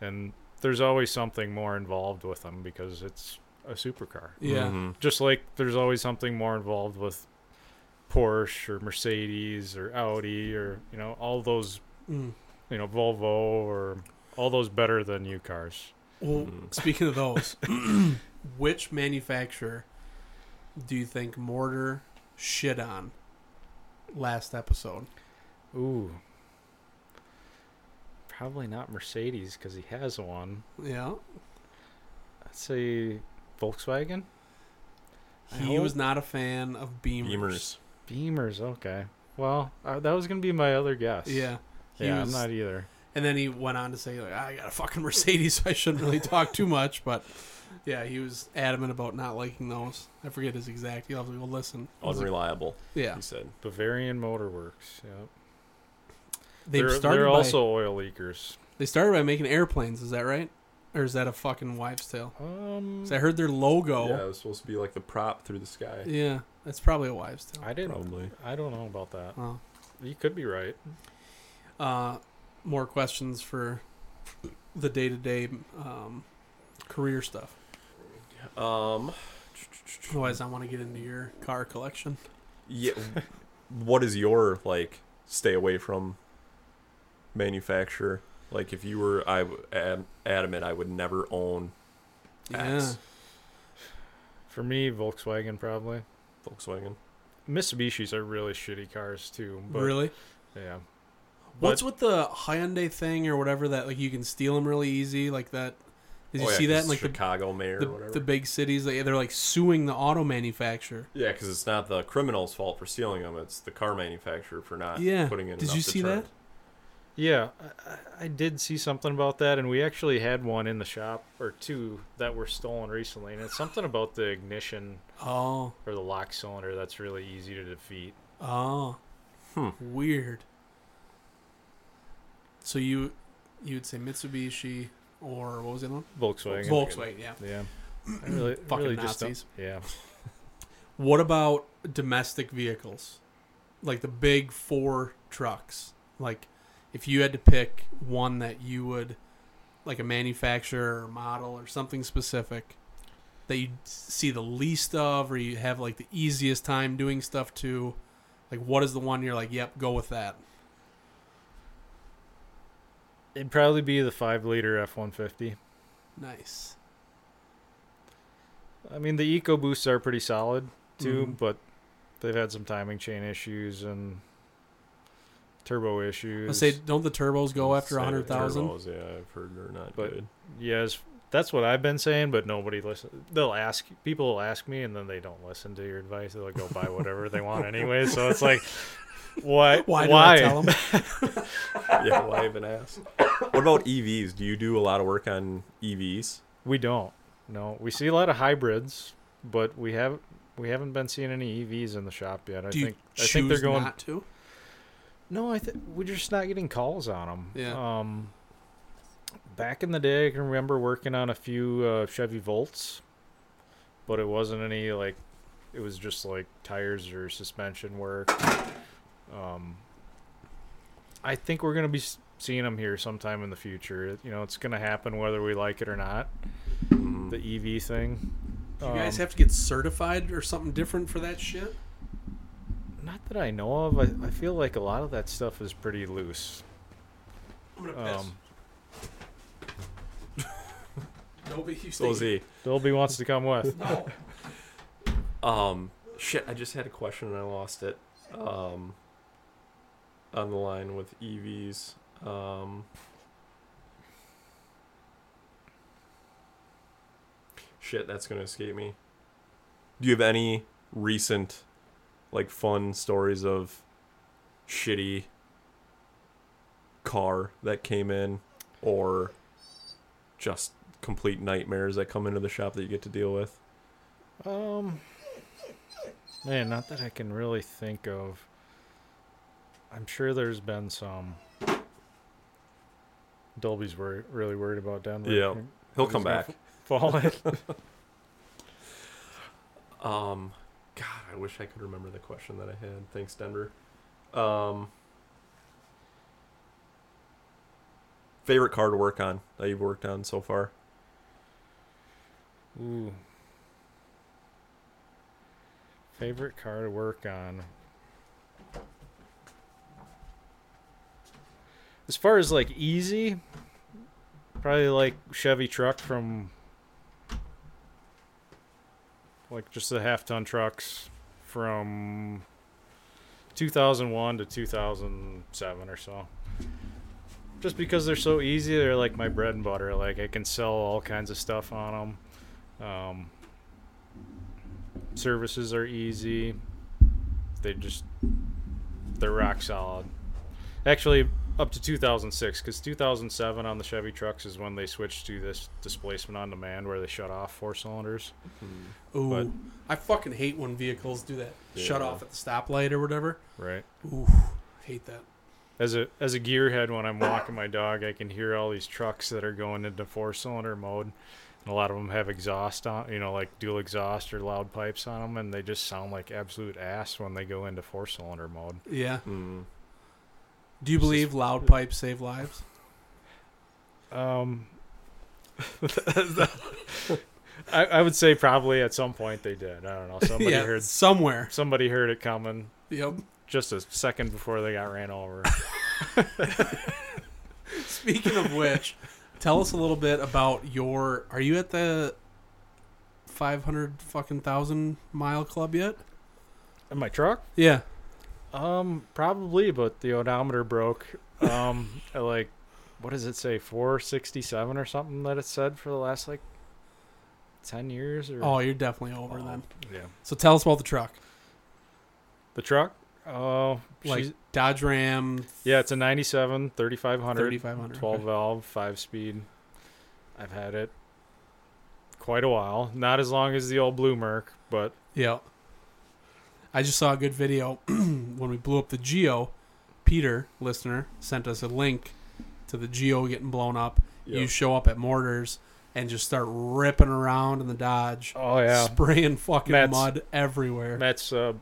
D: And there's always something more involved with them because it's a supercar.
C: yeah.
E: Mhm.
D: Just like there's always something more involved with Porsche or Mercedes or Audi or you know all those
C: Mm.
D: you know Volvo or all those better than you cars.
C: Well,
E: Mm-hmm.
C: speaking of those, which manufacturer do you think Mortar shit on last episode?
D: Ooh. Probably not Mercedes because he has one.
C: Yeah.
D: I'd say Volkswagen? I
C: He
D: hope-
C: was not a fan of Beamers.
E: Beamers.
D: Beamers, okay. Well, uh, that was going to be my other guess.
C: Yeah. He
D: yeah,
C: was-
D: I'm not e- either.
C: And then he went on to say, like, I got a fucking Mercedes, so I shouldn't really talk too much. But yeah, he was adamant about not liking those. I forget his exact. You'll have to go listen.
D: Oh,
E: Unreliable.
C: Yeah.
E: He said.
D: Bavarian Motor Works. Yep.
C: They
D: they're
C: started
D: they're
C: by,
D: also oil leakers.
C: They started by making airplanes, is that right? Or is that a fucking wives' tale?
D: Um,
C: 'Cause I heard their logo.
E: Yeah, it was supposed to be like the prop through the sky.
C: Yeah, that's probably a wives' tale.
D: I didn't.
E: Probably.
D: I don't know about that.
C: Well,
D: You could be right.
C: uh, more questions for the day to day um career stuff.
E: Um.
C: Otherwise, I want to get into your car collection.
E: Yeah. what is your like stay away from manufacturer? Like if you were I w- am- adamant I would never own X
D: For me, Volkswagen probably.
E: Volkswagen.
D: Mitsubishis are really shitty cars too. But
C: really?
D: Yeah.
C: What's
D: But-
C: with the Hyundai thing or whatever that like you can steal them really easy like that? Did you
E: Oh, yeah,
C: see
E: 'cause
C: that in like the,
E: Chicago mayor or
C: the,
E: whatever?
C: the big cities? Like, they're like suing the auto manufacturer.
E: yeah, because it's not the criminal's fault for stealing them; it's the car manufacturer for not
C: Yeah.
E: putting in.
C: Did
E: enough
C: you see
E: deterrent.
C: that?
D: Yeah, I- I, I did see something about that, and we actually had one in the shop or two that were stolen recently, and it's something about the ignition
C: Oh,
D: or the lock cylinder that's really easy to defeat.
C: oh,
E: Hmm.
C: weird. So you you would say Mitsubishi or what was the other one?
D: Volkswagen.
C: Volkswagen. Yeah.
D: Yeah. I really,
C: Fucking
D: really just don't-
C: Nazis.
D: yeah.
C: What about domestic vehicles? Like the big four trucks. Like if you had to pick one that you would like a manufacturer or model or something specific that you see the least of or you have like the easiest time doing stuff to like what is the one you're like yep go with that
D: It'd probably be the five liter F one fifty.
C: nice
D: I mean, the Eco Boosts are pretty solid too,
C: Mm-hmm.
D: but they've had some timing chain issues and turbo issues.
C: I say, don't the turbos go after
E: Say
C: hundred thousand?
E: turbos, Yeah, I've heard they're not
D: But-
E: good.
D: Yes, that's what I've been saying, but nobody listen. They'll ask people will ask me, and then they don't listen to your advice. They'll go buy whatever they want anyway. So it's like, what?
C: Why do I
D: Why?
C: tell them?
E: yeah, why even ask? What about EVs? Do you do a lot of work on E EVs?
D: We don't. No, we see a lot of hybrids, but we have we haven't been seeing any EVs in the shop yet. I
C: Do you
D: think I
C: choose
D: think they're going.
C: not to?
D: No, I think we're just not getting calls on them.
C: Yeah.
D: Um, back in the day, I can remember working on a few uh, Chevy Volts, but it wasn't any like, it was just like tires or suspension work. Um, I think we're gonna be s- seeing them here sometime in the future. It- You know, it's gonna happen whether we like it or not. The EV thing.
C: Do you guys
D: Um,
C: have to get certified or something different for that shit?
D: not that I know of. I, I feel like a lot of that stuff is pretty loose.
C: I'm gonna piss.
D: Um,
C: Nobody, you
E: So is
C: stay-
E: he.
D: Dolby wants to come with.
C: No.
E: Um, shit, I just had a question and I lost it. Um, on the line with EVs. Um, shit, that's gonna escape me. Do you have any recent, like, fun stories of shitty car that came in, or just complete nightmares that come into the shop that you get to deal with?
D: Um, man, not that I can really think of. I'm sure there's been some. Dolby's wor- really worried about Denver.
E: Yeah. He'll come
D: He's gonna
E: back.
D: falling.
E: Um, God, I wish I could remember the question that I had. Thanks, Denver. Um, favorite car to work on that you've worked on so far?
D: Ooh. Favorite car to work on. As far as like easy, probably like Chevy truck from like just the half ton trucks from 2001 to 2007 or so. Just because they're so easy, they're like my bread and butter. Like I can sell all kinds of stuff on them. Um, services are easy. They just they're rock solid. Actually, up to 2006, because 2007 on the Chevy trucks is when they switched to this displacement on demand, where they shut off four cylinders.
C: Ooh,
D: But-
C: I fucking hate when vehicles do that. Shut
E: Yeah.
C: off at the stoplight or whatever.
D: Right.
C: Ooh, hate that.
D: As a as a gearhead, when I'm walking my dog, I can hear all these trucks that are going into four cylinder mode, and a lot of them have exhaust on, you know, like dual exhaust or loud pipes on them, and they just sound like absolute ass when they go into four cylinder mode.
C: Yeah.
E: Mm.
C: Do you believe loud pipes save lives?
D: Um, I, I would say probably at some point they did. I don't know. Somebody
C: yeah,
D: heard
C: somewhere.
D: somebody heard it coming
C: Yep.
D: just a second before they got ran over.
C: Speaking of which, tell us a little bit about your. Are you at the five hundred fucking thousand mile club yet?
D: In my truck?
C: Yeah.
D: Um, probably, but the odometer broke. Um, at like what does it say? Four sixty seven or something that it said for the last like ten years or
C: Oh, you're definitely over then.
D: yeah.
C: So tell us about the truck.
D: The truck? Oh,
C: Like
D: she's-
C: Dodge Ram
D: yeah, it's a 97 3500.
C: 3500.
D: 12
C: okay.
D: valve, 5 speed. I've had it quite a while. Not as long as the old Blue Merc, but
C: Yeah. I just saw a good video when we blew up the Geo. Peter, listener, sent us a link to the Geo getting blown up. You
E: Yep.
C: show up at Mortars and just start ripping around in the Dodge,
D: oh yeah.
C: spraying fucking
D: Matt's-
C: mud everywhere.
D: Matt's uh,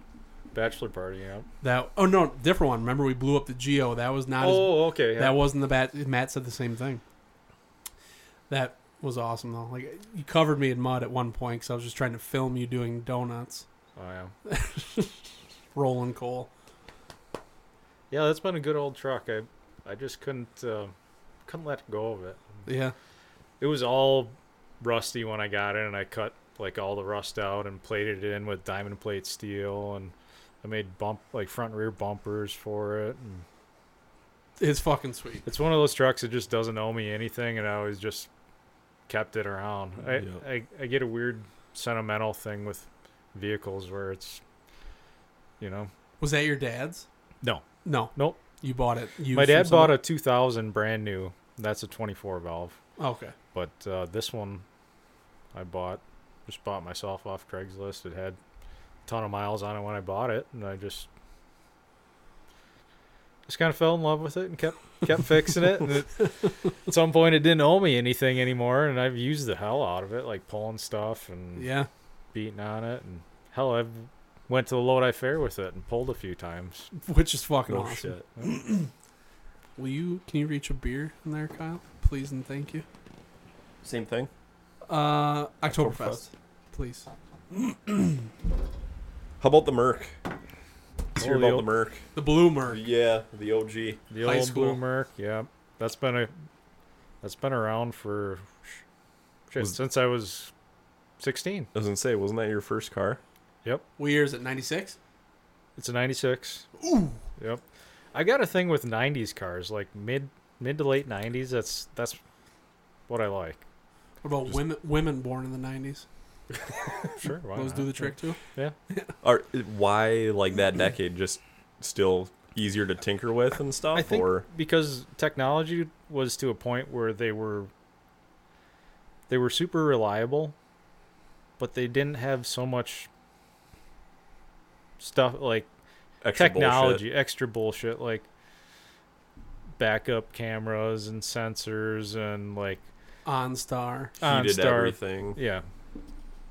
D: bachelor party, yeah.
C: That oh no, different one. Remember we blew up the Geo. That was not as,
D: Oh, okay.
C: that
D: Yeah.
C: wasn't the bat. Matt said the same thing. That was awesome though. Like you covered me in mud at one point because I was just trying to film you doing donuts,
D: Oh yeah.
C: rolling coal.
D: Yeah, that's been a good old truck. I I just couldn't uh, couldn't let go of it.
C: Yeah.
D: It was all rusty when I got it and I cut like all the rust out and plated it in with diamond plate steel and I made bump like front and rear bumpers for it. And
C: It's fucking sweet.
D: it's one of those trucks that just doesn't owe me anything, and I always just kept it around. I,
E: Yeah.
D: I, I get a weird sentimental thing with vehicles where it's, you know,
C: Was that your dad's?
D: no,
C: No,
D: nope.
C: you bought it. You
D: My dad bought a 2000 brand new. That's a 24 valve,
C: Okay.
D: but uh, this one I bought just bought myself off Craigslist. It had a ton of miles on it when I bought it, and I just just kind of fell in love with it and kept kept fixing it. And it, at some point, it didn't owe me anything anymore, and I've used the hell out of it, like pulling stuff and
C: Yeah.
D: beating on it, and hell, I've went to the Lodi Fair with it and pulled a few times.
C: Which is fucking
D: No
C: awesome.
D: shit.
C: Will you? Can you reach a beer in there, Kyle? Please and thank you.
E: Same thing.
C: Uh, Oktoberfest,
E: Oktoberfest.
C: please.
E: How about the Merc? Let's hear
D: Oh, the
E: about
D: old-
E: the Merc.
C: The Blue Merc.
E: Yeah, the OG.
D: The
C: High
D: old
C: school.
D: blue Merc, yeah. That's been a that's been around for shit
E: Was-
D: since I was sixteen.
E: Doesn't say. Wasn't that your first car?
D: Yep.
C: What year is it? Ninety six.
D: It's a ninety six. Ooh. Yep. I got a thing with nineties cars, like mid mid to late nineties, that's that's what I like.
C: What about
E: Just-
C: women? Women born in the nineties.
D: Sure. Why
C: Those
D: not?
C: do the trick too.
D: Yeah.
E: Or why like that decade just still easier to tinker with and stuff?
D: I think
E: or
D: because technology was to a point where they were they were super reliable, but they didn't have so much stuff like
E: extra
D: technology, extra bullshit like backup cameras and sensors and like
C: OnStar.
E: bullshit, heated
D: OnStar.
E: everything.
D: yeah,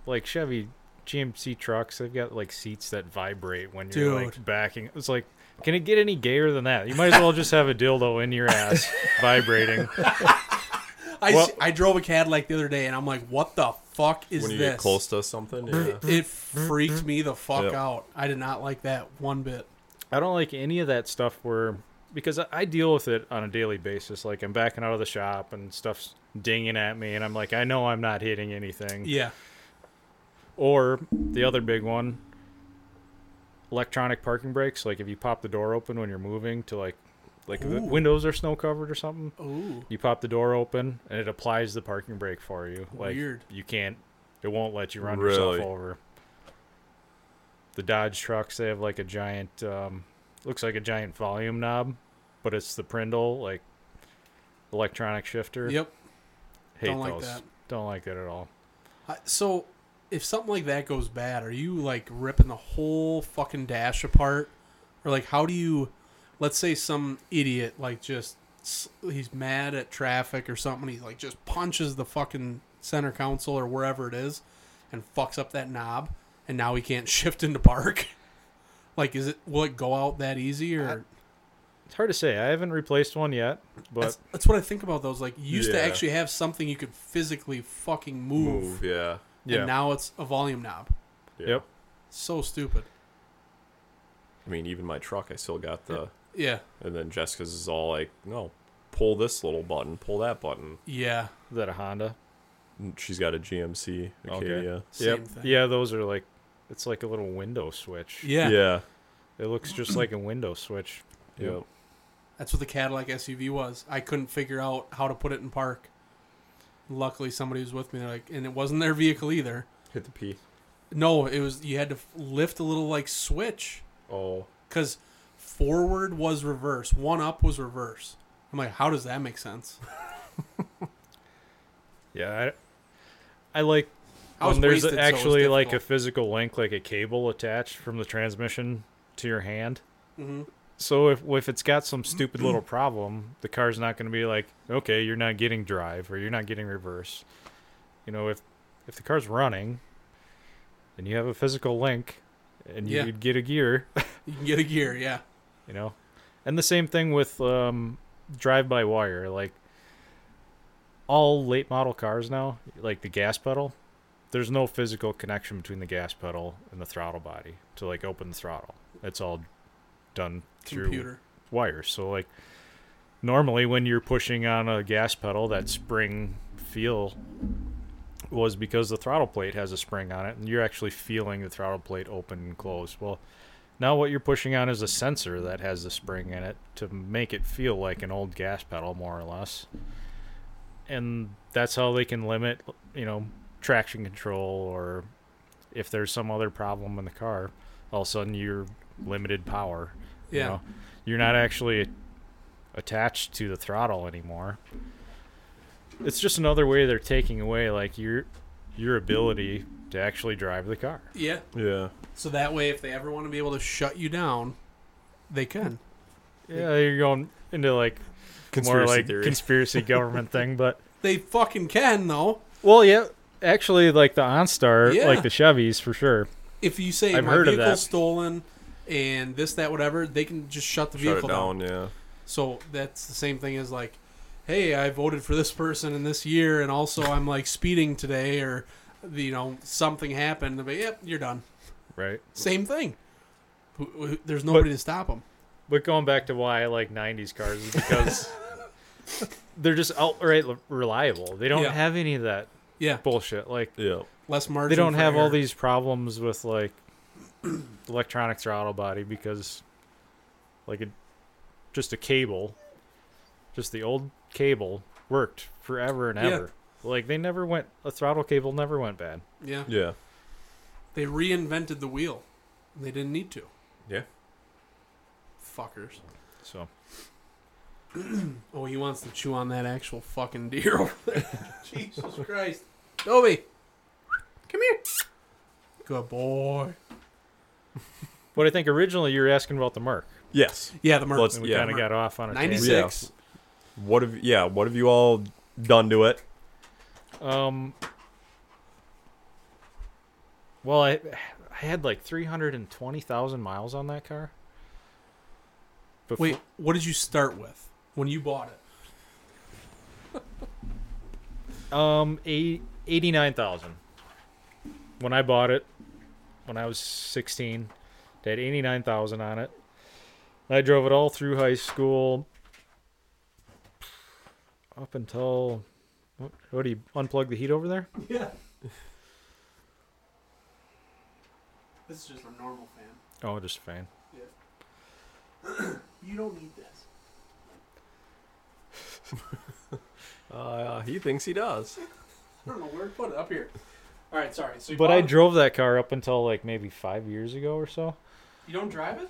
D: like Chevy GMC trucks. They've got like seats that vibrate when you're like
C: Dude.
D: backing. It's like, can it get any gayer than that? You might as well just have a dildo in your ass vibrating.
C: I,
D: Well-
C: s- I drove a Cadillac the other day, and I'm like, what the fuck is
E: When you
C: this?
E: get close to something, yeah.
C: It, it freaked me the fuck
E: Yep.
C: out. I did not like that one bit.
D: I don't like any of that stuff where because I- I deal with it on a daily basis. Like I'm backing out of the shop and stuff's dinging at me, and I'm like, I know I'm not hitting
E: Mm.
D: anything.
C: Yeah.
D: Or the other big one, electronic parking brakes. Like if you pop the door open when you're moving to like, like the
C: Ooh.
D: windows are snow covered or something.
C: Ooh.
D: You pop the door open and it applies the parking brake for you. Like
C: Weird.
D: you can't, it won't let you run yourself
E: Really?
D: over. The Dodge trucks, they have like a giant, um, looks like a giant volume knob, but it's the Prindle like electronic shifter.
C: Yep.
D: Hate
C: don't like
D: those.
C: that.
D: Don't like that at all.
C: I- So, if something like that goes bad, are you like ripping the whole fucking dash apart, or like how do you? Let's say some idiot like just s- he's mad at traffic or something. He like just punches the fucking center console or wherever it is, and fucks up that knob, and now he can't shift into park. Like, is it will it go out that easy or?
D: It's hard to say. I haven't replaced one yet, but
C: that's, that's what I think about those. Like, you used
E: Yeah.
C: to actually have something you could physically fucking move,
E: move, yeah.
D: yeah.
C: and now it's a volume knob.
E: yeah.
D: Yep.
C: So stupid.
E: I mean, even my truck, I still got the.
C: Yeah.
E: And then Jessica's is all like, no, pull this little button, pull that button.
C: Yeah.
D: Is that a Honda?
E: And She's got a GMC Acadia.
C: Same
D: yep.
C: thing.
D: Yeah, those are like it's like a little window switch.
C: Yeah.
E: Yeah.
D: It looks just like a window switch.
E: Yep.
C: That's what the Cadillac SUV was. I couldn't figure out how to put it in park. Luckily, somebody was with me. They're like, and it wasn't their vehicle either.
E: Hit the P.
C: No, it was. You had to f- lift a little like switch
E: Oh.
C: because forward was reverse, one up was reverse. I'm like, how does that make sense?
D: Yeah, I, I like
C: I
D: when
C: was
D: there's
C: wasted, so it was
D: actually like a
C: difficult.
D: physical link, like a cable attached from the transmission to your hand.
C: Mm-hmm.
D: So if if it's got some stupid little problem, the car's not going to be like, okay, you're not getting drive or you're not getting reverse. You know, if if the car's running, and you have a physical link, and you
C: Yeah.
D: could get a gear,
C: you can get a gear. Yeah.
D: you know and the same thing with um drive by wire like all late model cars now like the gas pedal there's no physical connection between the gas pedal and the throttle body to like open the throttle it's all done through
C: Computer.
D: wires so like normally when you're pushing on a gas pedal that spring feel was because the throttle plate has a spring on it, and you're actually feeling the throttle plate open and close. Well, now what you're pushing on is a sensor that has the spring in it to make it feel like an old gas pedal, more or less. And that's how they can limit, you know, traction control or if there's some other problem in the car, all of a sudden you're limited power. you
C: Yeah.
D: know? You're not actually attached to the throttle anymore. It's just another way they're taking away like your your ability to actually drive the car.
C: Yeah.
E: Yeah.
C: So that way, if they ever want to be able to shut you down, they can.
D: Yeah, you're going into like more like conspiracy government thing, but
C: They fucking can though.
D: well, yeah, actually like the OnStar,
C: Yeah.
D: like the Chevys for sure.
C: If you say
D: I've
C: my
D: heard of
C: vehicle's
D: that.
C: stolen and this, that, whatever, they can just shut the
E: Shut it
C: vehicle down.
E: down, yeah.
C: So that's the same thing as like, hey, I voted for this person in this year, and also I'm like speeding today, or you know something happened. But yep, you're done.
D: Right.
C: Same thing. Who- who- There's nobody to stop them.
D: But going back to why I like '90s cars is because they're just outright l- reliable. They don't
C: Yeah.
D: have any of that
C: Yeah,
D: bullshit. Like
E: Yeah.
C: less margin.
D: they don't
C: for
D: have all
C: error.
D: these problems with like electronics or auto body because like it just a cable, just the old cable worked forever and
C: Yeah.
D: ever. Like they never went a throttle cable never went bad.
C: Yeah,
E: Yeah.
C: they reinvented the wheel. They didn't need to.
E: Yeah.
C: Fuckers.
D: So
C: Oh, he wants to chew on that actual fucking deer over there. Jesus Christ. Dobie, come here. Good boy.
D: but I think originally you were asking about the Merc,
E: Yes.
C: Yeah, the Merc.
E: Let's-
D: and we
E: Yeah.
D: kind of got off on a tangent.
C: 96.
E: What have yeah, what have you all done to it?
D: Um. Well, I I had like three hundred and twenty thousand miles on that car. But
C: Wait, what did you start with when you bought it?
D: um, eight, eighty-nine thousand. When I bought it, when I was sixteen, it had eighty-nine thousand on it. I drove it all through high school, up until. What, what do you unplug the heat over there?
C: Yeah. This is just a normal fan.
D: Oh, just a fan.
C: You don't need this.
E: Uh, he thinks he does.
C: I don't know where to put it. Up here. All right, sorry. So you
D: But
C: bought
D: I
C: it.
D: drove that car up until like maybe five years ago or so.
C: You don't drive it?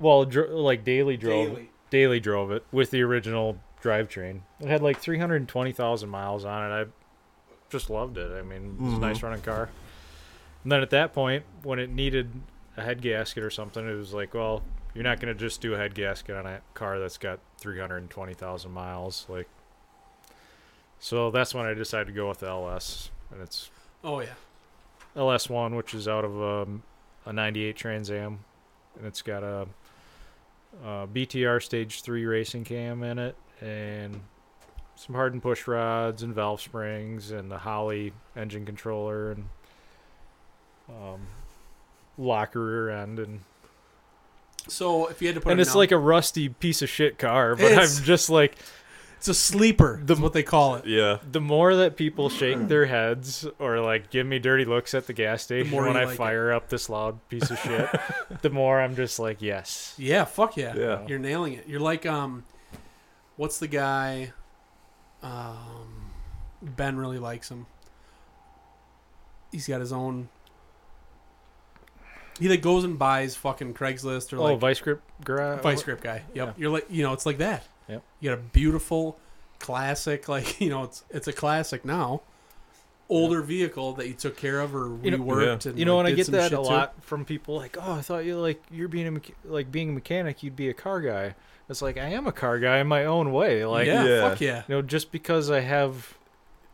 D: Well, dro- like daily drove
C: Daily.
D: daily. drove it with the original drivetrain. It had like three hundred and twenty thousand miles on it. I just loved it. I mean, it was a nice running car. And then at that point, when it needed a head gasket or something, it was like, well, you're not going to just do a head gasket on a car that's got three hundred and twenty thousand miles. Like, so that's when I decided to go with the LS, and it's
C: Oh, yeah.
D: LS1, which is out of um, a 98 Trans Am, and it's got a, a BTR Stage 3 racing cam in it, and some hardened push rods and valve springs, and the Holly engine controller, and um, locker rear end, and
C: So if you had to put
D: and
C: a
D: it's
C: num-
D: like a rusty piece of shit car, but
C: It's-
D: I'm just like
C: it's a sleeper. That's what they call it.
E: Yeah.
D: the more that people shake their heads or like give me dirty looks at the gas station
C: more
D: when
C: you
D: I
C: like it.
D: fire up this loud piece of shit, the more I'm just like, yes.
C: Yeah, fuck yeah.
E: Yeah.
C: You're nailing it. You're like um what's the guy um Ben really likes him. He's got his own he like goes and buys fucking Craigslist or
D: Oh,
C: like
D: vice grip garage.
C: Vice Grip guy. Yep.
D: Yeah.
C: You're like you know, it's like that.
D: Yep.
C: You got a beautiful classic, like you know, it's it's a classic now. Older vehicle that you took care of or reworked
D: You know-
E: Yeah.
C: and
D: You know,
C: like,
D: and I
C: did
D: get
C: some
D: that
C: shit
D: a
C: to it.
D: lot from people like, oh, I thought you like you're being a mecha- like being a mechanic, you'd be a car guy. It's like I am a car guy in my own way. Like
C: yeah,
E: Yeah.
C: fuck yeah.
D: you know, just because I have,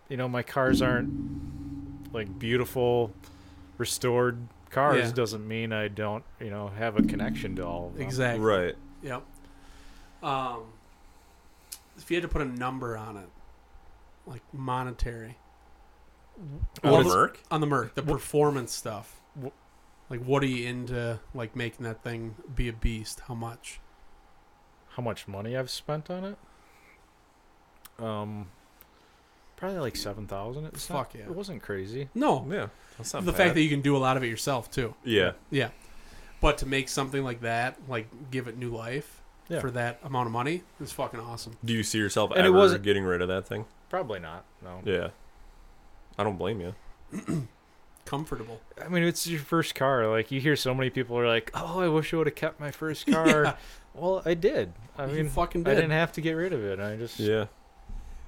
D: you know, my cars aren't like beautiful, restored cars
C: Yeah.
D: doesn't mean I don't, you know, have a connection to all of them.
C: Exactly.
E: Right.
C: Yep. Um, if you had to put a number on it, like monetary
E: What
C: Well,
E: is-
C: the- on the Merc, the performance stuff. Like, what are you into? Like making that thing be a beast? How much?
D: How much money I've spent on it? Um, probably like seven thousand. It's not-
C: Fuck yeah.
D: It wasn't crazy.
C: No,
E: Yeah, that's not
C: the
E: bad.
C: fact that you can do a lot of it yourself too.
E: yeah,
C: Yeah, but to make something like that, like give it new life
D: Yeah.
C: for that amount of money, is fucking awesome.
E: do you see yourself
D: And it
E: ever
D: wasn't-
E: getting rid of that thing?
D: Probably not. No.
E: Yeah, I don't blame you.
C: Comfortable.
D: I mean, it's your first car. Like you hear so many people are like, "Oh, I wish I would have kept my first car."
C: Yeah.
D: Well, I did. I
C: You
D: mean,
C: fucking
D: I
C: did.
D: didn't have to get rid of it. I just
E: Yeah,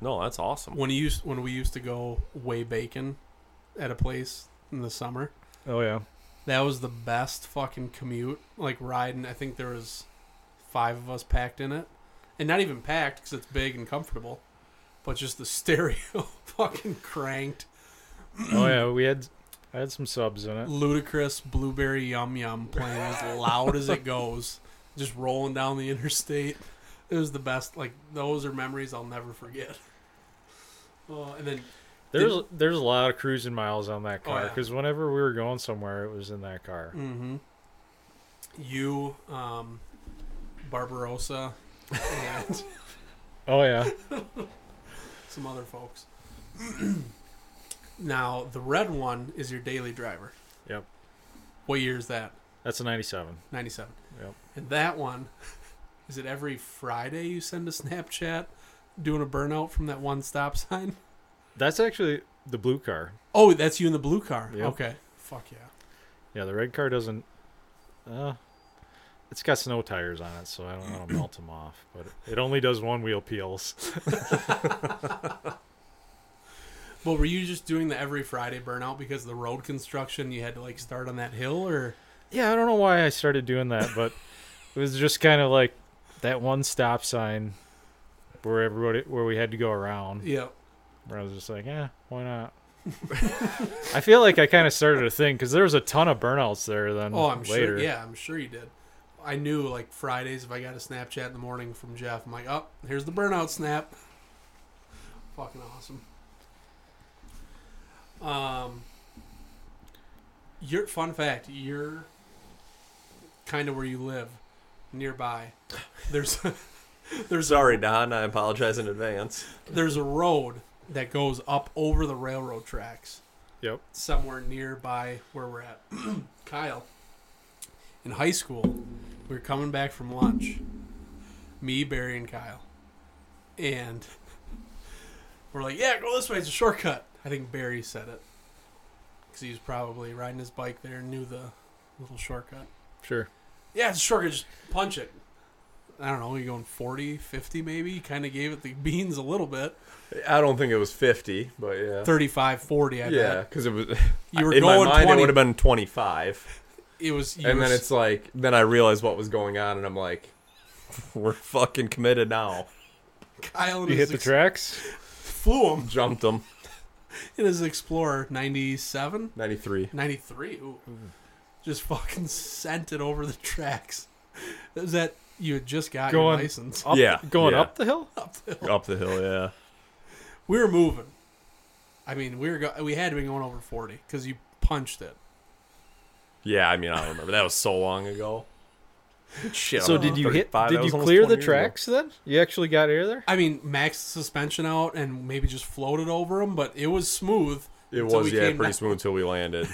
E: no, that's awesome.
C: When you used when we used to go way bacon at a place in the summer,
D: Oh yeah.
C: that was the best fucking commute. Like riding, I think there was five of us packed in it, and not even packed because it's big and comfortable, but just the stereo fucking cranked.
D: Oh yeah. We had I had some subs in it.
C: ludicrous blueberry yum yum playing as loud as it goes, just rolling down the interstate. It was the best. Like those are memories I'll never forget. Oh, and then
D: There's there's a lot of cruising miles on that
C: Oh,
D: car
C: yeah.
D: because whenever we were going somewhere, it was in that car.
C: mhm. you, um, Barbarossa, and
D: Oh yeah.
C: some other folks. now the red one is your daily driver.
D: Yep.
C: What year is that?
D: That's a '97.
C: Ninety-seven.
D: Yep.
C: And that one, is it every Friday you send a Snapchat doing a burnout from that one stop sign?
D: That's actually the blue car.
C: Oh, that's you in the blue car.
D: Yep.
C: Okay. Fuck yeah.
D: Yeah, the red car doesn't. Uh, it's got snow tires on it, so I don't want to melt them off. But it only does one wheel peels.
C: Well, were you just doing the every Friday burnout because of the road construction you had to like start on that hill or
D: Yeah, I don't know why I started doing that, but it was just kind of like that one stop sign where everybody where we had to go around.
C: yeah.
D: Where I was just like, eh, why not? I feel like I kind of started a thing because there was a ton of burnouts there. Then
C: Oh, I'm sure.
D: later,
C: Yeah, I'm sure you did. I knew like Fridays if I got a Snapchat in the morning from Jeff, I'm like, "Oh, here's the burnout snap." Fucking awesome. Um, your fun fact, you're kind of where you live, nearby. There's there's a,
E: Sorry, Don. I apologize in advance.
C: there's a road that goes up over the railroad tracks
D: yep.
C: somewhere nearby where we're at. Kyle, in high school, we were coming back from lunch. Me, Barry, and Kyle. And we're like, yeah, go this way. It's a shortcut. I think Barry said it. Because he was probably riding his bike there and knew the little shortcut.
D: Sure.
C: Yeah, it's a shortcut. Just punch it. I don't know. you going 40, 50 maybe? Kind of gave it the beans a little bit.
E: I don't think it was fifty, but yeah,
C: 35, 40, I
E: yeah,
C: bet.
E: because it was.
C: You were
E: in
C: going
E: my mind,
C: 20.
E: it would have been twenty-five.
C: It was. you
E: and
C: were
E: then
C: s-
E: it's like then i realized what was going on and i'm like we're fucking committed now
C: Kyle and
D: You
C: his
D: hit the
C: ex-
D: tracks.
C: flew him
E: jumped them
C: in his Explorer 97,
E: 93
C: 93. Ooh.
E: Mm.
C: Just fucking sent it over the tracks. That was that you had just got your
D: Going
C: license.
D: Up,
E: Yeah,
D: Going
E: yeah.
D: up the hill.
E: up the hill yeah
C: We were moving. I mean, we were go- we had to be going over 40 because you punched it.
E: yeah i mean i don't remember that was so long ago Shit,
D: So
E: I'm
D: did you hit?
E: 35. That
D: Did you
E: was almost
D: clear the
E: 20 years ago.
D: tracks then? You actually got air there?
C: I mean, max suspension out and maybe just floated over them, but it was smooth.
E: it
C: until
E: was
C: we
E: yeah
C: came
E: pretty
C: down.
E: smooth until we landed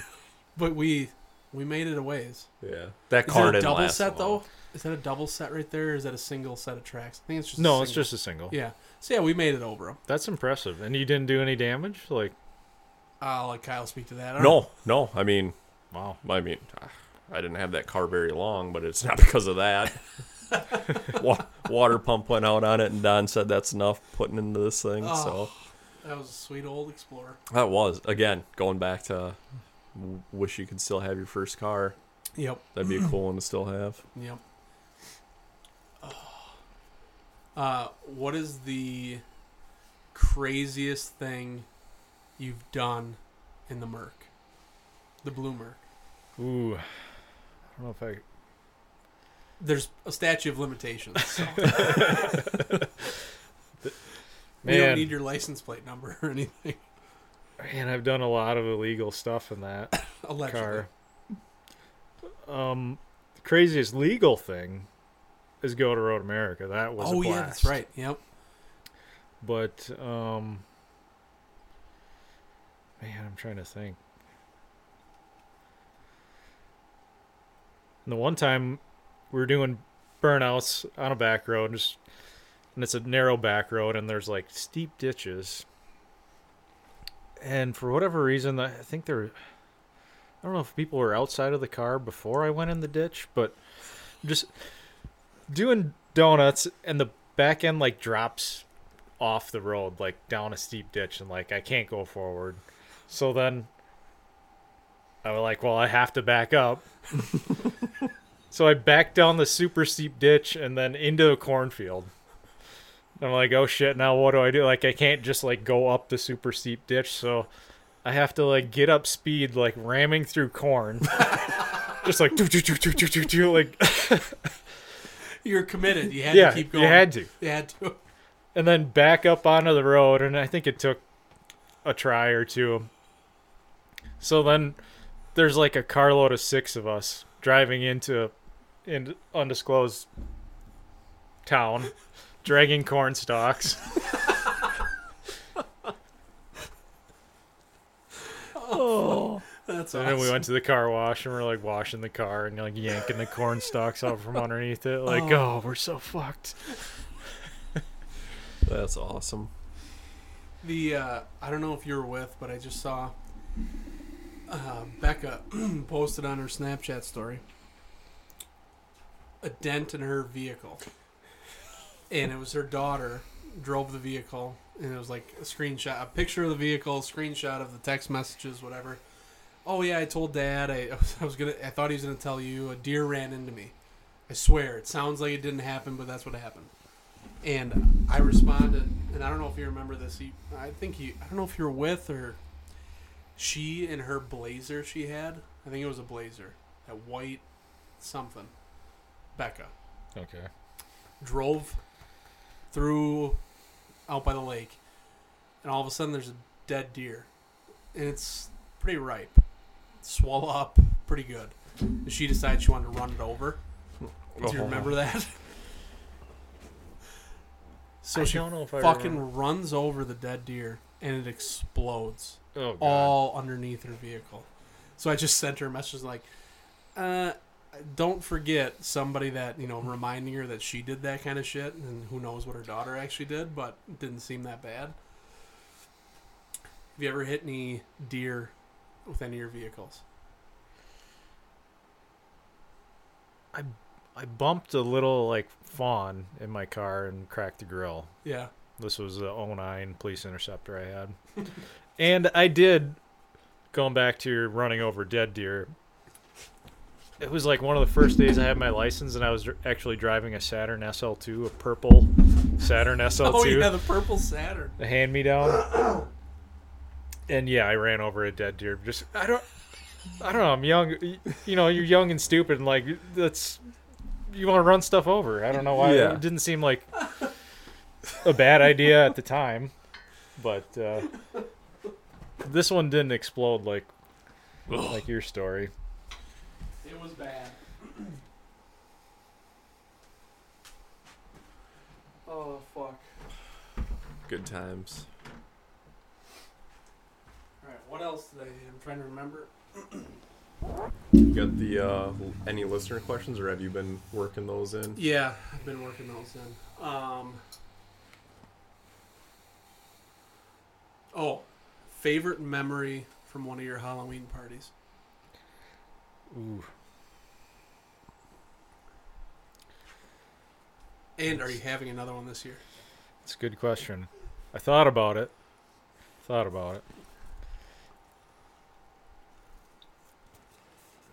C: But we we made it a ways.
E: yeah that
C: Is
E: car
C: it a
E: didn't
C: double
E: last
C: set
E: long.
C: though? Is that a double set right there? Or is that a single set of tracks? I think it's just a
D: No, it's
C: single.
D: just a single.
C: yeah. So yeah, we made it over them.
D: That's impressive. And you didn't do any damage? Like,
C: I'll let Kyle speak to that. I don't
E: no no i mean
D: wow.
E: i mean ah, i didn't have that car very long but it's not because of that Wa- water pump went out on it and don said that's enough putting into this thing so
C: Oh. That was a sweet old Explorer.
E: That was again going back to w- wish you could still have your first car.
C: Yep.
E: That'd be a cool one to still have.
C: Yep. Uh, what is the craziest thing you've done in the Merc? The Blue Merc.
D: Ooh. I don't know if I.
C: There's a statute of limitations. So we don't
D: Man,
C: need your license plate number or anything.
D: man, I've done a lot of illegal stuff in that
C: Allegedly.
D: car. Um, the craziest legal thing is go to Road America. That was a
C: Oh yeah,
D: blast.
C: that's right. Yep.
D: But um, I'm trying to think. And the one time we were doing burnouts on a back road, just and it's a narrow back road, and there's like steep ditches. And for whatever reason, I think there, I don't know if people were outside of the car before I went in the ditch, but just doing donuts, and the back end like drops off the road, like down a steep ditch, and like I can't go forward. So then I was like, well, I have to back up. so I backed down the super steep ditch and then into a cornfield. And I'm like, oh shit, now what do I do? Like, I can't just like go up the super steep ditch, so I have to like get up speed, like ramming through corn. just like, do, do, do, do, do, do, do, like,
C: You're committed. You had
D: yeah,
C: to keep going.
D: you had to.
C: You had to.
D: and then back up onto the road and i think it took a try or two so then there's like a carload of six of us driving into an undisclosed town dragging corn stalks
C: That's
D: and
C: awesome.
D: then we went to the car wash and we're like washing the car and like yanking the corn stalks out from underneath it like
C: Oh.
D: oh we're so fucked
E: That's awesome.
C: The uh, I don't know if you were with, but I just saw uh, Becca posted on her Snapchat story a dent in her vehicle, and it was her daughter drove the vehicle, and it was like a screenshot, a picture of the vehicle, screenshot of the text messages, whatever. Oh yeah, I told Dad. I, I was- I was gonna. I thought he was gonna tell you. A deer ran into me. I swear, it sounds like it didn't happen, but that's what happened. And I responded, and I don't know if you remember this. You, I think you. I don't know if you're with or she and her blazer she had. I think it was a blazer, that white something. Becca
D: okay
C: drove through out by the lake, and all of a sudden there's a dead deer, and it's pretty ripe, swallow up pretty good. And she decides she wanted to run it over. Do you remember that? So
D: I
C: she
D: don't know if I
C: fucking
D: remember.
C: runs over the dead deer and it explodes
D: oh god
C: all underneath her vehicle. So I just sent her a message like, uh, don't forget somebody that, you know, reminding her that she did that kind of shit and who knows what her daughter actually did, but it didn't seem that bad. Have you ever hit any deer with any of your vehicles?
D: i bumped a little like fawn in my car and cracked the grill
C: Yeah.
D: This was the 09 police interceptor I had. and I did, going back to your running over dead deer, it was like one of the first days I had my license, and I was dr- actually driving a Saturn SL2, a purple Saturn SL2,
C: Oh, yeah, the purple Saturn.
D: a hand me down. and yeah, I ran over a dead deer. Just, I don't. I don't know. I'm young. y- You know, you're young and stupid, and like that's you want to run stuff over. I don't know why.
E: Yeah.
D: It didn't seem like a bad idea at the time, but uh, this one didn't explode like like your story.
C: It was bad. oh, fuck.
E: Good times.
C: All right, what else did I I'm trying to remember.
E: You got the uh, l- any listener questions, or have you been working those in?
C: Yeah, I've been working those in. Um, oh, favorite memory from one of your Halloween parties?
D: Ooh.
C: And are you having another one this year?
D: It's a good question. I thought about it. Thought about it.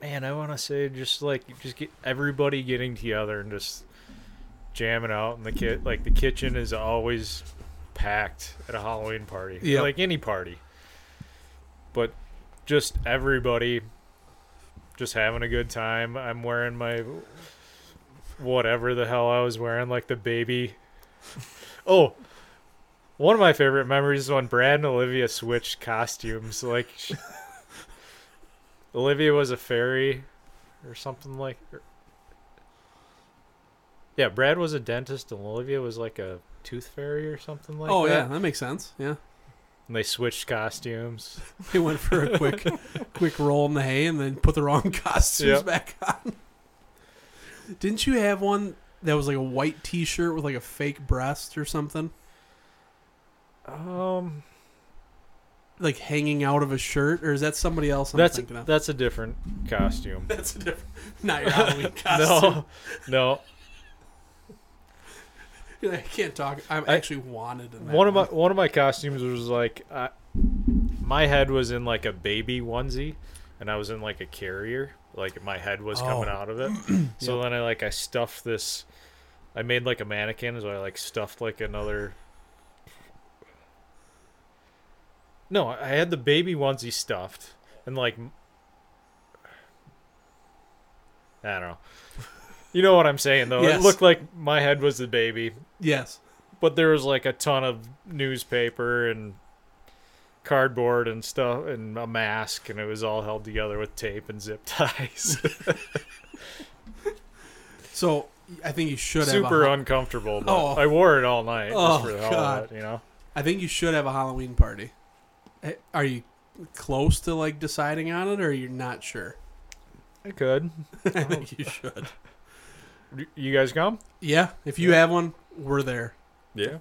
D: Man, I want to say just like just get everybody getting together and just jamming out in the kit. Like the kitchen is always packed at a Halloween party,
C: Yep.
D: like any party. But just everybody just having a good time. I'm wearing my whatever the hell I was wearing, like the baby. Oh, one of my favorite memories is when Brad and Olivia switched costumes. Like, sh- Olivia was a fairy or something like. or- yeah, Brad was
C: Oh,
D: a dentist and Olivia was like a tooth fairy or something like that.
C: that makes sense. Yeah.
D: And they switched costumes.
C: They went for a quick, quick roll in the hay and then put the wrong costumes
D: Yep.
C: back on. Didn't you have one that was like a white T-shirt with like a fake breast or something,
D: Um,
C: like hanging out of a shirt? Or is that somebody else? I'm
D: that's
C: thinking of?
D: that's a different costume.
C: that's a different, not your Halloween costume.
D: no, no.
C: I can't talk. I'm
D: I-
C: actually wanted in that.
D: One of my one of my costumes was like, I, my head was in like a baby onesie, and I was in like a carrier. Like my head was coming
C: Oh.
D: out of it. so then I like I stuffed this. I made like a mannequin, so I like stuffed like another. No, I had the baby onesie stuffed, and like. m- I don't know. You know what I'm saying though.
C: Yes.
D: It looked like my head was the baby,
C: yes,
D: but there was like a ton of newspaper and cardboard and stuff and a mask and it was all held together with tape and zip ties
C: so I think you should have
D: super
C: a, ha-
D: uncomfortable but
C: Oh.
D: i wore it all night
C: Oh,
D: just for the hell of
C: God.
D: it you know
C: I think you should have a Halloween party. Eh, Are you close to like deciding on it, or you're not sure?
D: i could
C: I think you should.
D: you guys come
C: Yeah, if you have one, we're there.
E: Yeah.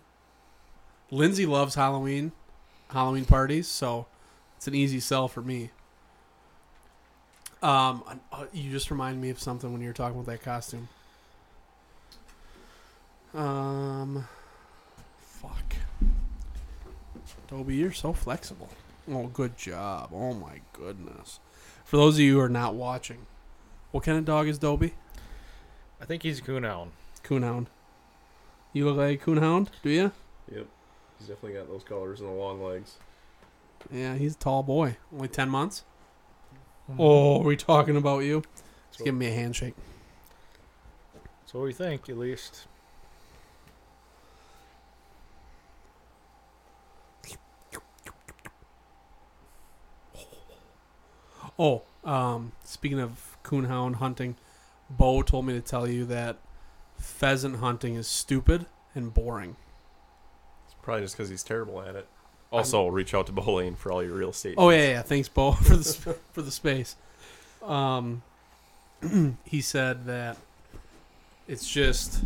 C: Lindsay loves Halloween, Halloween parties, so it's an easy sell for me. Um, an- uh, you just remind me of something when you were talking about that costume. Um, fuck, Toby, you're so flexible. Oh, good job. Oh my goodness. For those of you who are not watching, what kind of dog is Dobie?
D: i think he's a coonhound
C: Coonhound. You look like a coonhound, do you?
E: Yep. He's definitely got those colors and the long legs.
C: Yeah, he's a tall boy. Only 10 months.
D: Hmm. Mm-hmm.
C: Oh, are we talking about you? Just give me a handshake.
D: that's what we think at least
C: Oh, um, speaking of coonhound hunting, Bo told me to tell you that pheasant hunting is stupid and boring.
E: It's probably just because he's terrible at it. Also, reach out to Bowling for all your real estate.
C: Oh yeah, yeah, yeah. Thanks, Bo, for the sp- for the space. Um, he said that it's just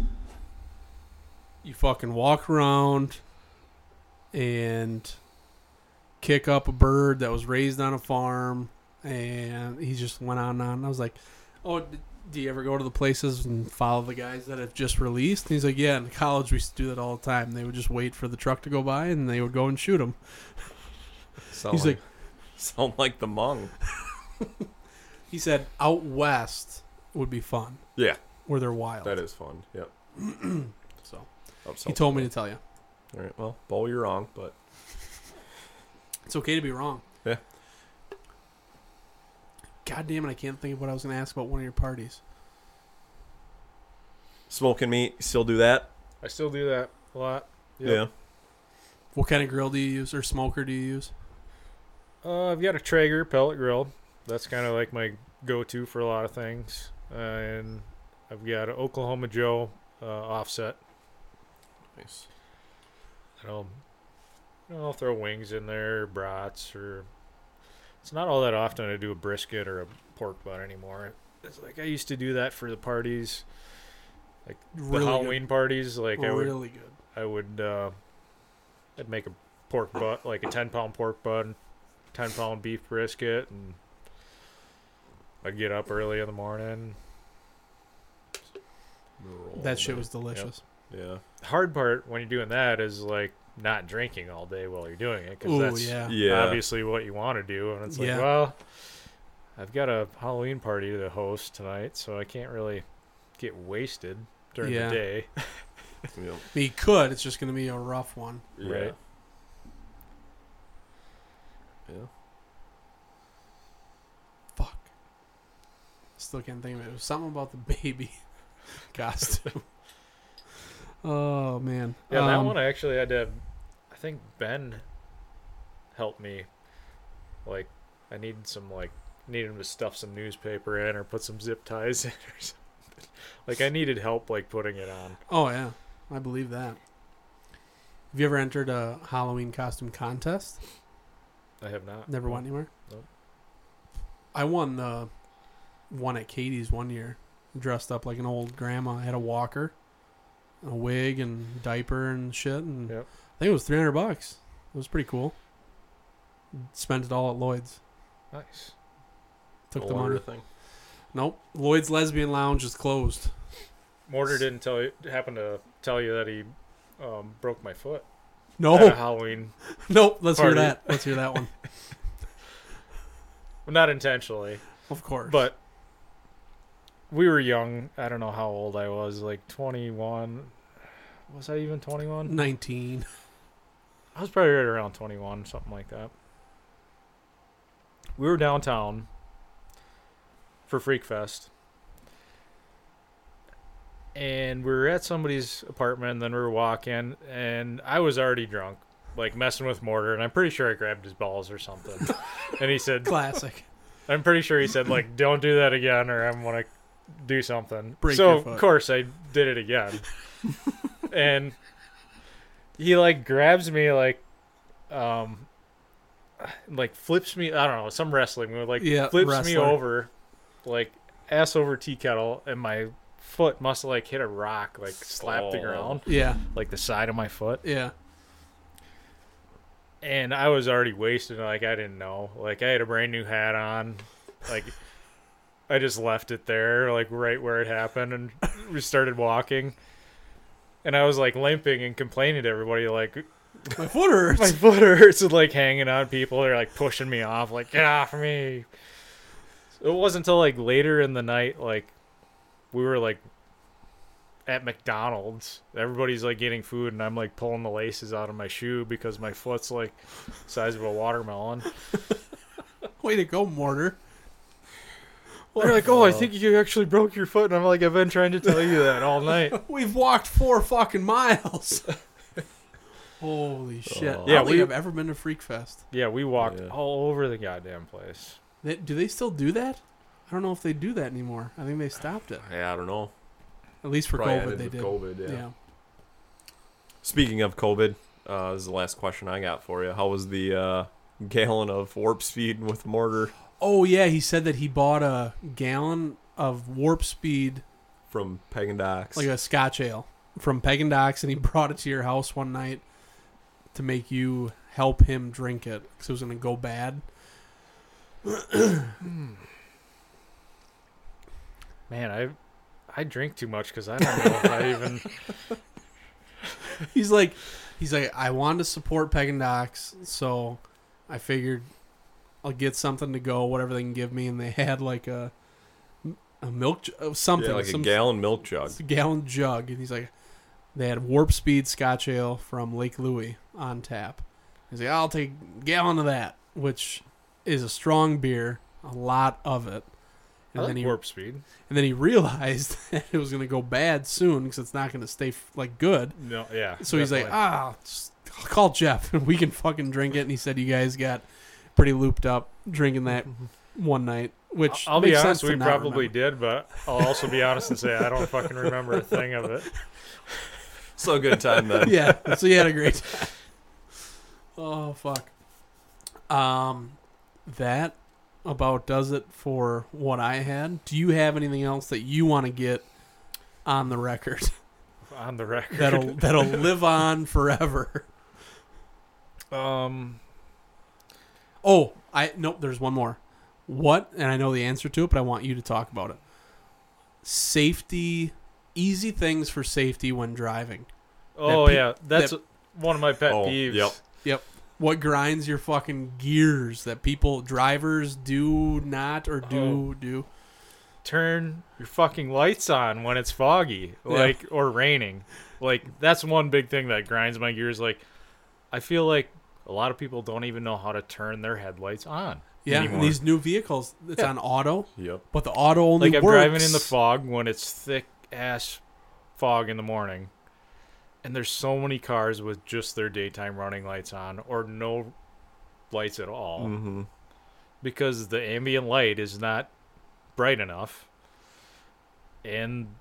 C: you fucking walk around and kick up a bird that was raised on a farm, and he just went on and on. I was like, "Oh, d- do you ever go to the places and follow the guys that have just released?" And he's like, "Yeah, in college we used to do that all the time. They would just wait for the truck to go by, and they would go and shoot them."
E: Sound
C: He's like,
E: sound like the Hmong.
C: He said out west would be fun
E: Yeah,
C: where they're wild.
E: that is fun. Yep.
C: So
E: Up
C: he
E: south.
C: told me to tell you.
E: All right. Well, Bowl, you're wrong, but
C: It's okay to be wrong.
E: Yeah.
C: God damn it, I can't think of what I was going to ask about one of your parties.
E: smoking meat still do that.
D: i still do that a lot
C: What kind of grill do you use or smoker do you use?
D: Uh, I've got a Traeger pellet grill. That's kind of like my go-to for a lot of things. Uh, and I've got an Oklahoma Joe uh, offset.
E: Yeah. Nice.
D: And I'll, you know, I'll throw wings in there, brats, or it's not all that often I do a brisket or a pork butt anymore. It's like I used to do that for the parties, like
C: Really
D: the
C: good.
D: Halloween parties. Like I would,
C: really good.
D: I would uh, I'd make a pork butt, like a ten pound pork butt, ten pound beef brisket, and I'd get up early in the morning. Oh,
E: Roll
C: That shit
E: night.
C: was delicious.
E: Yeah.
D: The hard part when you're doing that is like not drinking all day while you're doing it because
C: Ooh,
D: that's
C: yeah.
E: Yeah.
D: obviously what you want to do, and it's like,
C: Yeah.
D: well, I've got a Halloween party to host tonight, so I can't really get wasted during
C: Yeah.
D: the day.
E: Yep.
C: He could. It's just going to be a rough one.
E: Yeah.
D: Right.
E: Yeah.
C: Fuck. Still can't think of it. It was something about the baby costume. oh, man.
D: Yeah, that
C: Um,
D: one I actually had to. I think Ben helped me. Like, I needed some like needed him to stuff some newspaper in or put some zip ties in or something. Like, I needed help like putting it on.
C: Oh yeah, I believe that. Have you ever entered a Halloween costume contest?
D: I have not.
C: Never went anywhere.
D: Nope.
C: I won the one at Katie's one year, dressed up like an old grandma. I had a walker, a wig, and diaper and shit. And
D: Yep.
C: I think it was three hundred bucks. It was pretty cool. Spent it all at Lloyd's.
D: Nice.
C: Took the
E: Order
C: money.
E: thing.
C: Nope. Lloyd's Lesbian Lounge is closed.
D: Mortar didn't tell you happen to tell you that he um, broke my foot at a
C: No.
D: Halloween.
C: nope. Let's
D: Party.
C: hear that. Let's hear that one.
D: Well, not intentionally,
C: Of course.
D: but we were young. I don't know how old I was, like 21. Was I even 21?
C: nineteen.
D: I was probably right around 21, something like that. We were downtown for Freak Fest. And we were at somebody's apartment, and then we were walking, and I was already drunk, like messing with Mortar, and I'm pretty sure I grabbed his balls or something. and he said,
C: Classic.
D: I'm pretty sure he said, like, don't do that again, or I'm going to do something.
C: Break
D: so,
C: your foot.
D: of course, I did it again. and he, like, grabs me, like, um, like, flips me, I don't know, some wrestling move, like,
C: Yeah,
D: flips me
C: wrestler.
D: over, like, ass over tea kettle, and my foot must have, like, hit a rock, like, slapped the
E: Oh.
D: ground,
C: Yeah.
D: like, the side of my foot
C: Yeah.
D: and I was already wasted. Like I didn't know. Like I had a brand new hat on. Like I just left it there, like right where it happened, and we started walking. And I was like limping and complaining to everybody, like
C: My foot hurts.
D: my foot hurts, and like hanging on people. They're like pushing me off, like get off me. It wasn't until like later in the night, like we were like at McDonald's. Everybody's like getting food, and I'm like pulling the laces out of my shoe because my foot's like size of a watermelon.
C: Way to go, Mortar.
D: They're like, "Oh, I think you actually broke your foot," and I'm like, "I've been trying to tell you that all night."
C: We've walked four fucking miles. Holy shit!
E: Oh.
C: yeah, I
D: Yeah,
C: don't think
D: we-
C: I've ever been to Freak Fest.
D: Yeah, we walked
E: Yeah.
D: all over the goddamn place.
C: They, do they still do that? I don't know if they do that anymore. I think they stopped it.
E: Yeah, I don't know.
C: At least for
E: Probably
C: COVID,
E: ended
C: they
E: with
C: did.
E: COVID, yeah.
C: yeah.
E: Speaking of COVID, uh, this is the last question I got for you. How was the uh, gallon of warp speed with mortar
C: Oh yeah, he said that he bought a gallon of Warp Speed,
E: from Peg and Docs?
C: like a Scotch ale, from Peg and Doc's, and he brought it to your house one night to make you help him drink it because it was gonna go bad.
D: Man, I I drink too much because I don't know if I even.
C: he's like, he's like, I wanted to support Peg and Docs, so I figured I'll get something to go, whatever they can give me, and they had like a a milk ju- uh, something,
E: yeah, like
C: some
E: a gallon milk jug.
C: gallon jug, and he's like, they had Warp Speed Scotch Ale from Lake Louie on tap. He's like, I'll take a gallon of that, which is a strong beer, a lot of it.
D: I
C: And
D: like
C: then he
D: warp speed.
C: and then he realized that it was going to go bad soon because it's not going to stay f- like good.
D: No, yeah.
C: So he's like,
D: definitely.
C: ah, just call Jeff and we can fucking drink it. And he said you guys got pretty looped up drinking that one night, "Ah, which
D: I'll be
C: makes
D: honest,
C: sense to
D: we
C: not
D: probably
C: remember.
D: did, but I'll also be honest and say I don't fucking remember a thing of it.
E: So good time then.
C: Yeah, so you had a great time. Oh fuck. Um, that about does it for what I had. Do you have anything else that you want to get on the record
D: On the record,
C: that'll that'll live on forever?
D: um,
C: Oh, I nope. There's one more. What? And I know the answer to it, but I want you to talk about it. Safety, easy things for safety when driving.
D: oh
C: pe-
D: yeah, that's
C: that-
D: one of my pet
E: Oh,
D: peeves.
E: yep.
C: What grinds your fucking gears that people drivers do not or
D: Oh.
C: do do?
D: Turn your fucking lights on when it's foggy, like or raining. Like that's one big thing that grinds my gears. Like I feel like a lot of people don't even know how to turn their headlights on.
C: Yeah, and
E: Anymore.
C: these new vehicles. It's on auto,
E: Yep.
C: but the auto only
D: like I'm
C: works.
D: driving in the fog when it's thick ass fog in the morning, and there's so many cars with just their daytime running lights on or no lights at all
C: Mm.
E: Mm-hmm.
D: because the ambient light is not bright enough, and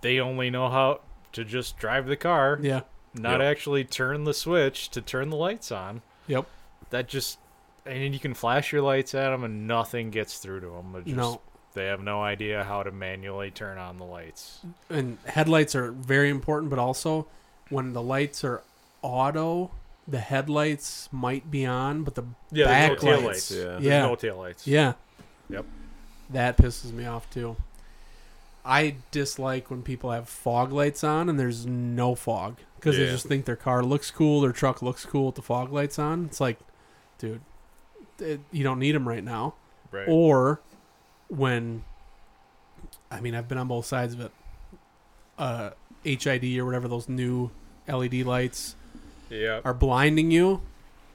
D: they only know how to just drive the car
C: Yeah,
D: not
E: Yep.
D: actually turn the switch to turn the lights on.
C: Yep.
D: That just and you can flash your lights at them and nothing gets through to them. Just,
C: No.
D: They have no idea how to manually turn on the lights.
C: And headlights are very important, but also when the lights are auto, the headlights might be on, but the
D: Yeah,
C: back
D: there's no
C: lights.
D: taillights.
E: Yeah.
D: There's
C: Yeah.
D: no taillights.
C: Yeah.
D: Yep.
C: That pisses me off too. I dislike when people have fog lights on and there's no fog because they
E: Yeah.
C: just think their car looks cool, their truck looks cool with the fog lights on. It's like, dude, it, you don't need them right now.
D: Right.
C: Or when, I mean, I've been on both sides of it. Uh, HID or whatever those new LED lights
D: yeah.
C: are blinding you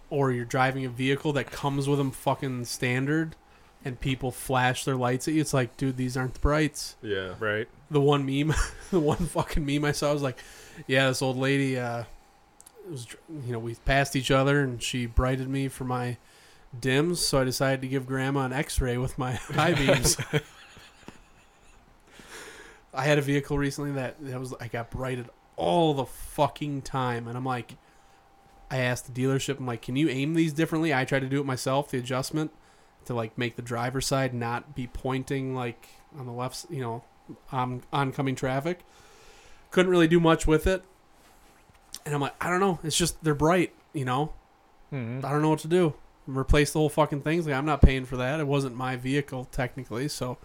C: or you're driving a vehicle that comes with them fucking standard and people flash their lights at you it's like dude these aren't the brights
E: Yeah.
D: Right.
C: the one meme the one fucking meme i saw was like yeah this old lady uh was dr- you know we passed each other and she brighted me for my dims so i decided to give grandma an x-ray with my high beams i had a vehicle recently that that was i got brighted all the fucking time and i'm like i asked the dealership i'm like can you aim these differently i tried to do it myself the adjustment to like make the driver's side not be pointing like on the left s- you know um, oncoming traffic. Couldn't really do much with it. And I'm like, I don't know. It's just they're bright, you know.
D: Mhm.
C: I don't know what to do. Replace the whole fucking thing. It's Like I'm not paying for that. It wasn't my vehicle technically, so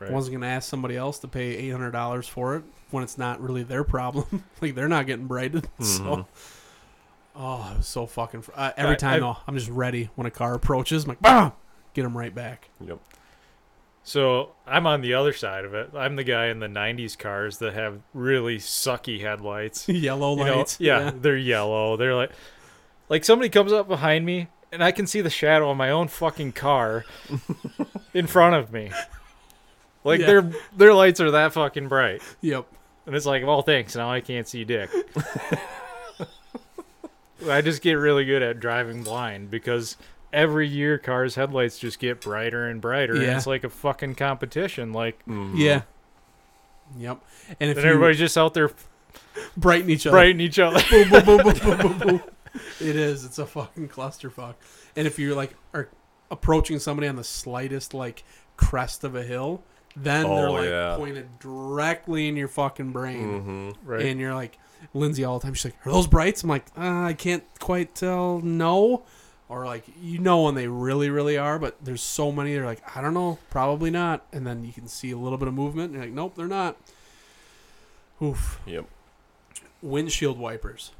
D: Right.
C: I wasn't gonna ask somebody else to pay eight hundred dollars for it when it's not really their problem. like they're not getting brighted.
E: Mm-hmm.
C: So, oh, it was so fucking. Fr- uh, every
D: Mm-hmm. I-
C: time
D: I-
C: though, I'm just ready when a car approaches. I'm like, bam, get them right back.
E: Yep.
D: So I'm on the other side of it. I'm the guy in the '90s cars that have really sucky headlights.
C: Yellow
D: You know,
C: lights.
D: yeah, they're yellow. They're like, like somebody comes up behind me, and I can see the shadow of my own fucking car in front of me. Like
C: Yeah.
D: their their lights are that fucking bright,
C: Yep.
D: and it's like, well, thanks. Now I can't see dick. I just get really good at driving blind because every year cars' headlights just get brighter and brighter, and
C: Yeah.
D: it's like a fucking competition. Like,
E: Mm-hmm.
C: Yeah. Yep. And if
D: Mm-hmm. and
C: you-
D: everybody's just out there
C: brighten each other.
D: brighten each other.
C: Boom, boom, boom, boom, boom, boom, boom. It is. It's a fucking clusterfuck. And if you're like are approaching somebody on the slightest like crest of a hill, then they're
E: Oh,
C: like
E: yeah. Mm-hmm.
C: pointed directly in your fucking brain,
D: Right.
C: and you're like Lindsay all the time. She's like, "Are those brights?" I'm like, uh, "I can't quite tell. No." Or like you know when they really really are, but there's so many. They're like, "I don't know, probably not." And then you can see a little bit of movement. And you're like, "Nope, they're not." Oof
E: Yep.
C: windshield wipers.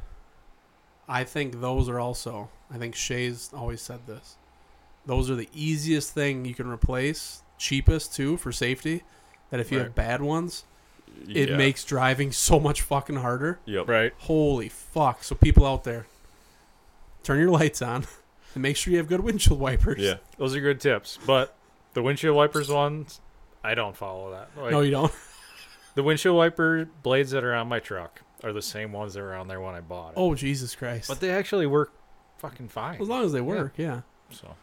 C: I think those are also. I think Shay's always said this. Those are the easiest thing you can replace, cheapest too for safety. That if you have
D: Right.
C: bad ones, it
E: Yeah.
C: makes driving so much fucking harder.
E: Yep.
D: Right.
C: Holy fuck! So people out there, turn your lights on and make sure you have good windshield wipers.
E: Yeah.
D: Those are good tips, but the windshield wipers ones, I don't follow that. Like,
C: No, you don't.
D: the windshield wiper blades that are on my truck are the same ones that were on there when I bought it.
C: Oh Jesus Christ!
D: but they actually work fucking fine.
C: as long as they work, yeah.
D: so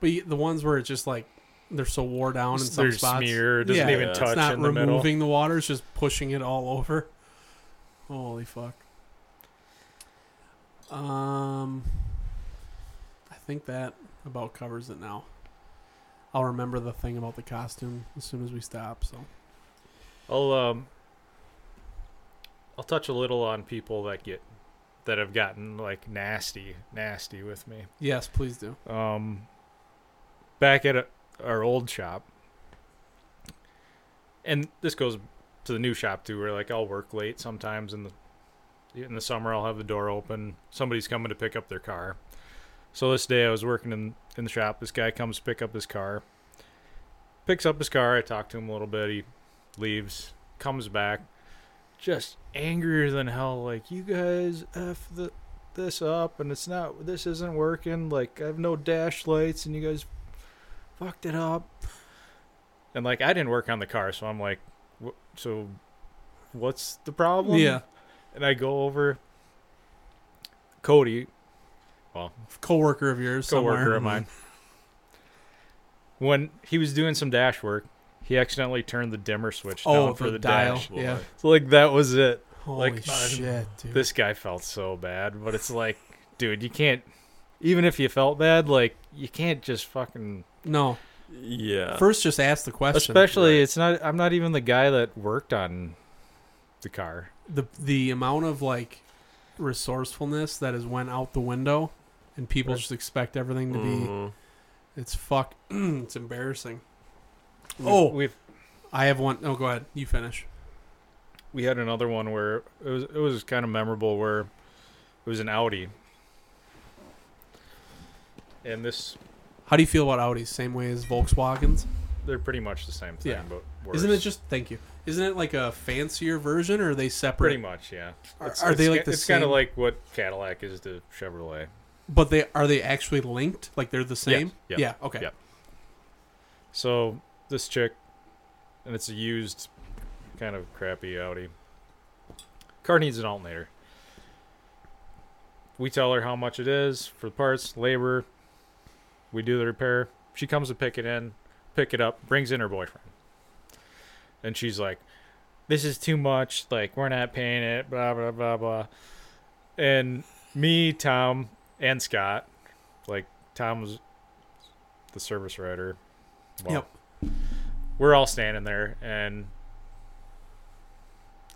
C: But you, the ones where it's just like they're so wore down in some
D: they're
C: spots,
D: smeared. Doesn't
C: Yeah.
D: even
E: Yeah. It's
D: touch
C: it's not
D: in the middle.
C: removing the water; it's just pushing it all over. Holy fuck! Um, I think that about covers it now. I'll remember the thing about the costume as soon as we stop. So
D: I'll um, I'll touch a little on people that get that have gotten like nasty, nasty with me.
C: yes, please do.
D: um, back at a, our old shop. And this goes to the new shop too, where like I'll work late sometimes in the in the summer. I'll have the door open. Somebody's coming to pick up their car. So this day I was working in in the shop. This guy comes to pick up his car. Picks up his car. I talk to him a little bit. He leaves. Comes back, just angrier than hell. Like you guys f the this up and it's not this isn't working like i have no dash lights and you guys fucked it up and like i didn't work on the car so i'm like "Wh- so what's the problem
C: yeah,
D: and i go over cody well
C: coworker of yours, somewhere.
D: coworker of mine when he was doing some dash work he accidentally turned the dimmer switch
C: Oh,
D: down for
C: the
D: the
C: dial.
D: dash
C: Yeah.
D: so like that was it
C: Holy
D: Like,
C: shit, dude.
D: this guy felt so bad, but it's like, dude, you can't. Even if you felt bad, like you can't just fucking.
C: no.
E: Yeah.
C: First, just ask the question.
D: Uh, Especially, it's not. I'm not even the guy that worked on the car.
C: the the amount of like resourcefulness that has went out the window, and people just expect everything to
D: Mm.
E: Mhm.
C: be. It's fuck. it's embarrassing.
D: We've-
C: Oh,
D: we've
C: I have one. Oh, go ahead. You finish.
D: we had another one where it was it was kind of memorable where it was an Audi. And this
C: How do you feel about Audis? Same way as Volkswagens?
D: they're pretty much the same thing
C: Yeah.
D: but worse.
C: Isn't it just? Thank you. Isn't it like a fancier version, or are they separate?
D: pretty much, yeah.
C: Are- are they like the
D: it's kind of
C: same-
D: like what Cadillac is to Chevrolet.
C: But they are they actually linked? Like they're the same?
D: yeah,
C: Yeah. Okay.
D: yeah. So this chick, and it's a used, kind of crappy Audi. Car needs an alternator. We tell her how much it is for parts, labor. We do the repair. She comes to pick it in, pick it up, brings in her boyfriend, and she's like, "This is too much. Like we're not paying it." Blah blah blah blah. And me, Tom, and Scott, like Tom was the service writer. Well,
C: Yep.
D: We're all standing there, and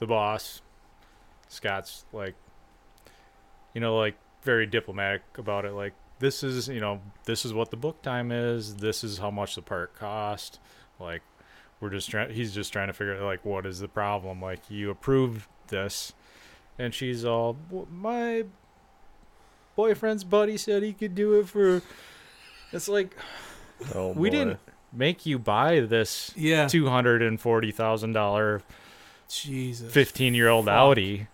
D: the boss, Scott's like, you know, like very diplomatic about it. Like, this is, you know, this is what the book time is. This is how much the part cost. Like, we're just trying, he's just trying to figure out, like, what is the problem? Like, you approved this. And she's all, "Well, my boyfriend's buddy said he could do it for. It's like,
E: Oh,
D: we
E: boy.
D: didn't make you buy this
C: Yeah.
D: two hundred and forty thousand dollar
C: Jesus.
D: fifteen year old Audi.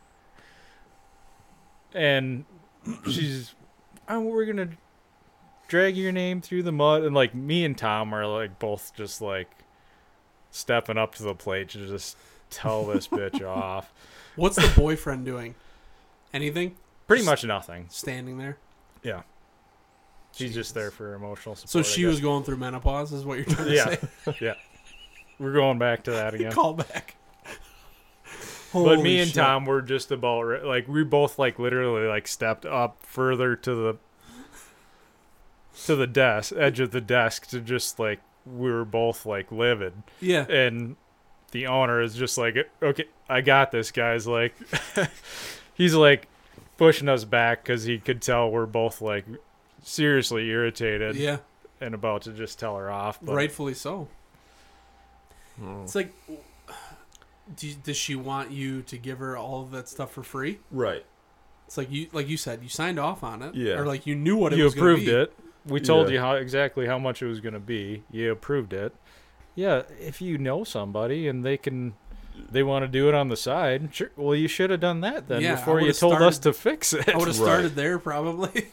D: And she's oh, we're gonna drag your name through the mud and like me and Tom are like both just like stepping up to the plate to just tell this bitch off.
C: What's the boyfriend doing? Anything?
D: Pretty much nothing.
C: Standing there.
D: Yeah. She's just there for emotional support.
C: So
D: I
C: she
D: guess.
C: was going through menopause, is what you're trying to
D: Yeah.
C: say.
D: yeah. We're going back to that again.
C: Call back.
D: but
C: Holy
D: me and
C: shit.
D: Tom were just about ri- like we both like literally like stepped up further to the to the desk edge of the desk to just like we were both like livid
C: Yeah.
D: and the owner is just like okay I got this guys like he's like pushing us back because he could tell we're both like seriously irritated
C: Yeah.
D: and about to just tell her off but
C: Rightfully so.
E: Mm.
C: It's like, do, does she want you to give her all of that stuff for free?
E: Right.
C: It's like you, like you said, you signed off on it,
E: Yeah.
C: Or like you knew what it
D: you
C: was. gonna
D: approved
C: be.
D: it. We told
E: Yeah.
D: you how exactly how much it was going to be. You approved it. Yeah, if you know somebody and they can, they want to do it on the side. Sure. Well, you should have done that then
C: Yeah, I
D: before you
C: would've
D: told us
C: started-
D: to fix it.
C: I would have
E: Right.
C: started there probably.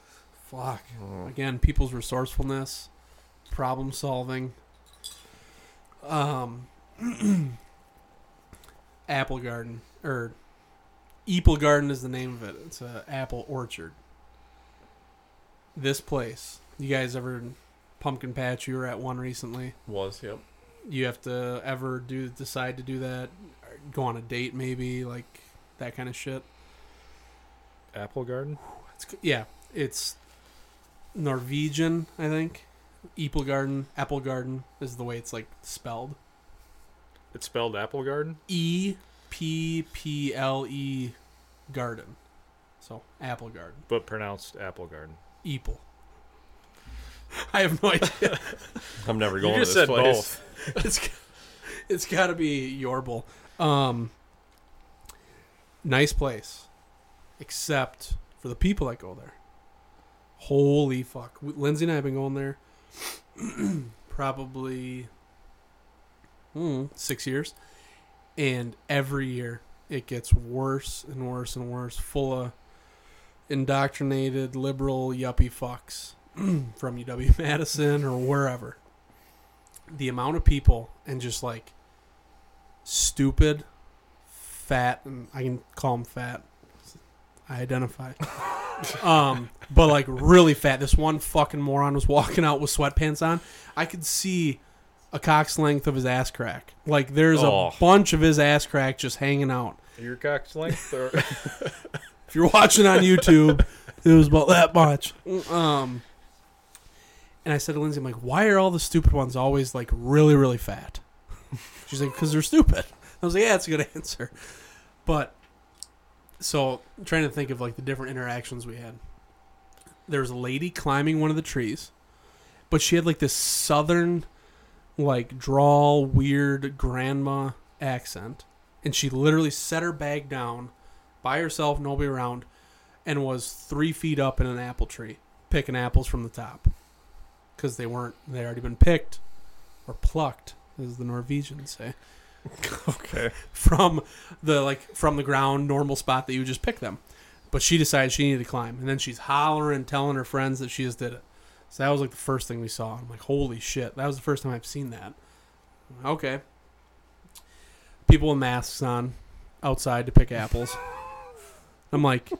C: Fuck. Again, people's resourcefulness, problem solving. Um, apple garden or Eaple Garden is the name of it. It's a apple orchard. This place, you guys ever pumpkin patch? You were at one recently.
E: Was yep.
C: You have to ever do decide to do that, or go on a date maybe like that kind of shit.
D: Apple Garden.
C: It's, c- yeah, it's Norwegian, I think. Apple Garden, Apple Garden is the way it's like spelled.
D: It's spelled Apple Garden.
C: E P P L E Garden. So, Apple Garden.
D: But pronounced Apple Garden.
C: Eaple. I have no idea.
E: I'm never
D: You
E: going
D: just
E: to
D: said
E: this place.
D: both.
C: it's g- it's got to be Yorble. Um, nice place, except for the people that go there. Holy fuck! We- Lindsay and I have been going there probably hmm, six years, and every year it gets worse and worse and worse, full of indoctrinated liberal yuppie fucks from UW Madison or wherever the amount of people and just like stupid, fat, and I can call them fat. I identify. um, but like really fat. This one fucking moron was walking out with sweatpants on. I could see a cock's length of his ass crack. Like there's
E: Oh.
C: a bunch of his ass crack just hanging out.
D: Your cock's length, or
C: If you're watching on YouTube, it was about that much. Um, and I said to Lindsay, I'm like, why are all the stupid ones always like really, really fat? She's like, because they're stupid. I was like, yeah, that's a good answer. But so I'm trying to think of like the different interactions we had. There was a lady climbing one of the trees, but she had like this southern, like drawl, weird grandma accent, and she literally set her bag down by herself, nobody around, and was three feet up in an apple tree picking apples from the top because they weren't they already been picked or plucked, as the Norwegians say
E: Okay.
C: from the like from the ground normal spot that you would just pick them. But she decided she needed to climb, and then she's hollering, telling her friends that she just did it. So that was like the first thing we saw. I'm like, holy shit! That was the first time I've seen that. Okay. People with masks on outside to pick apples. I'm like,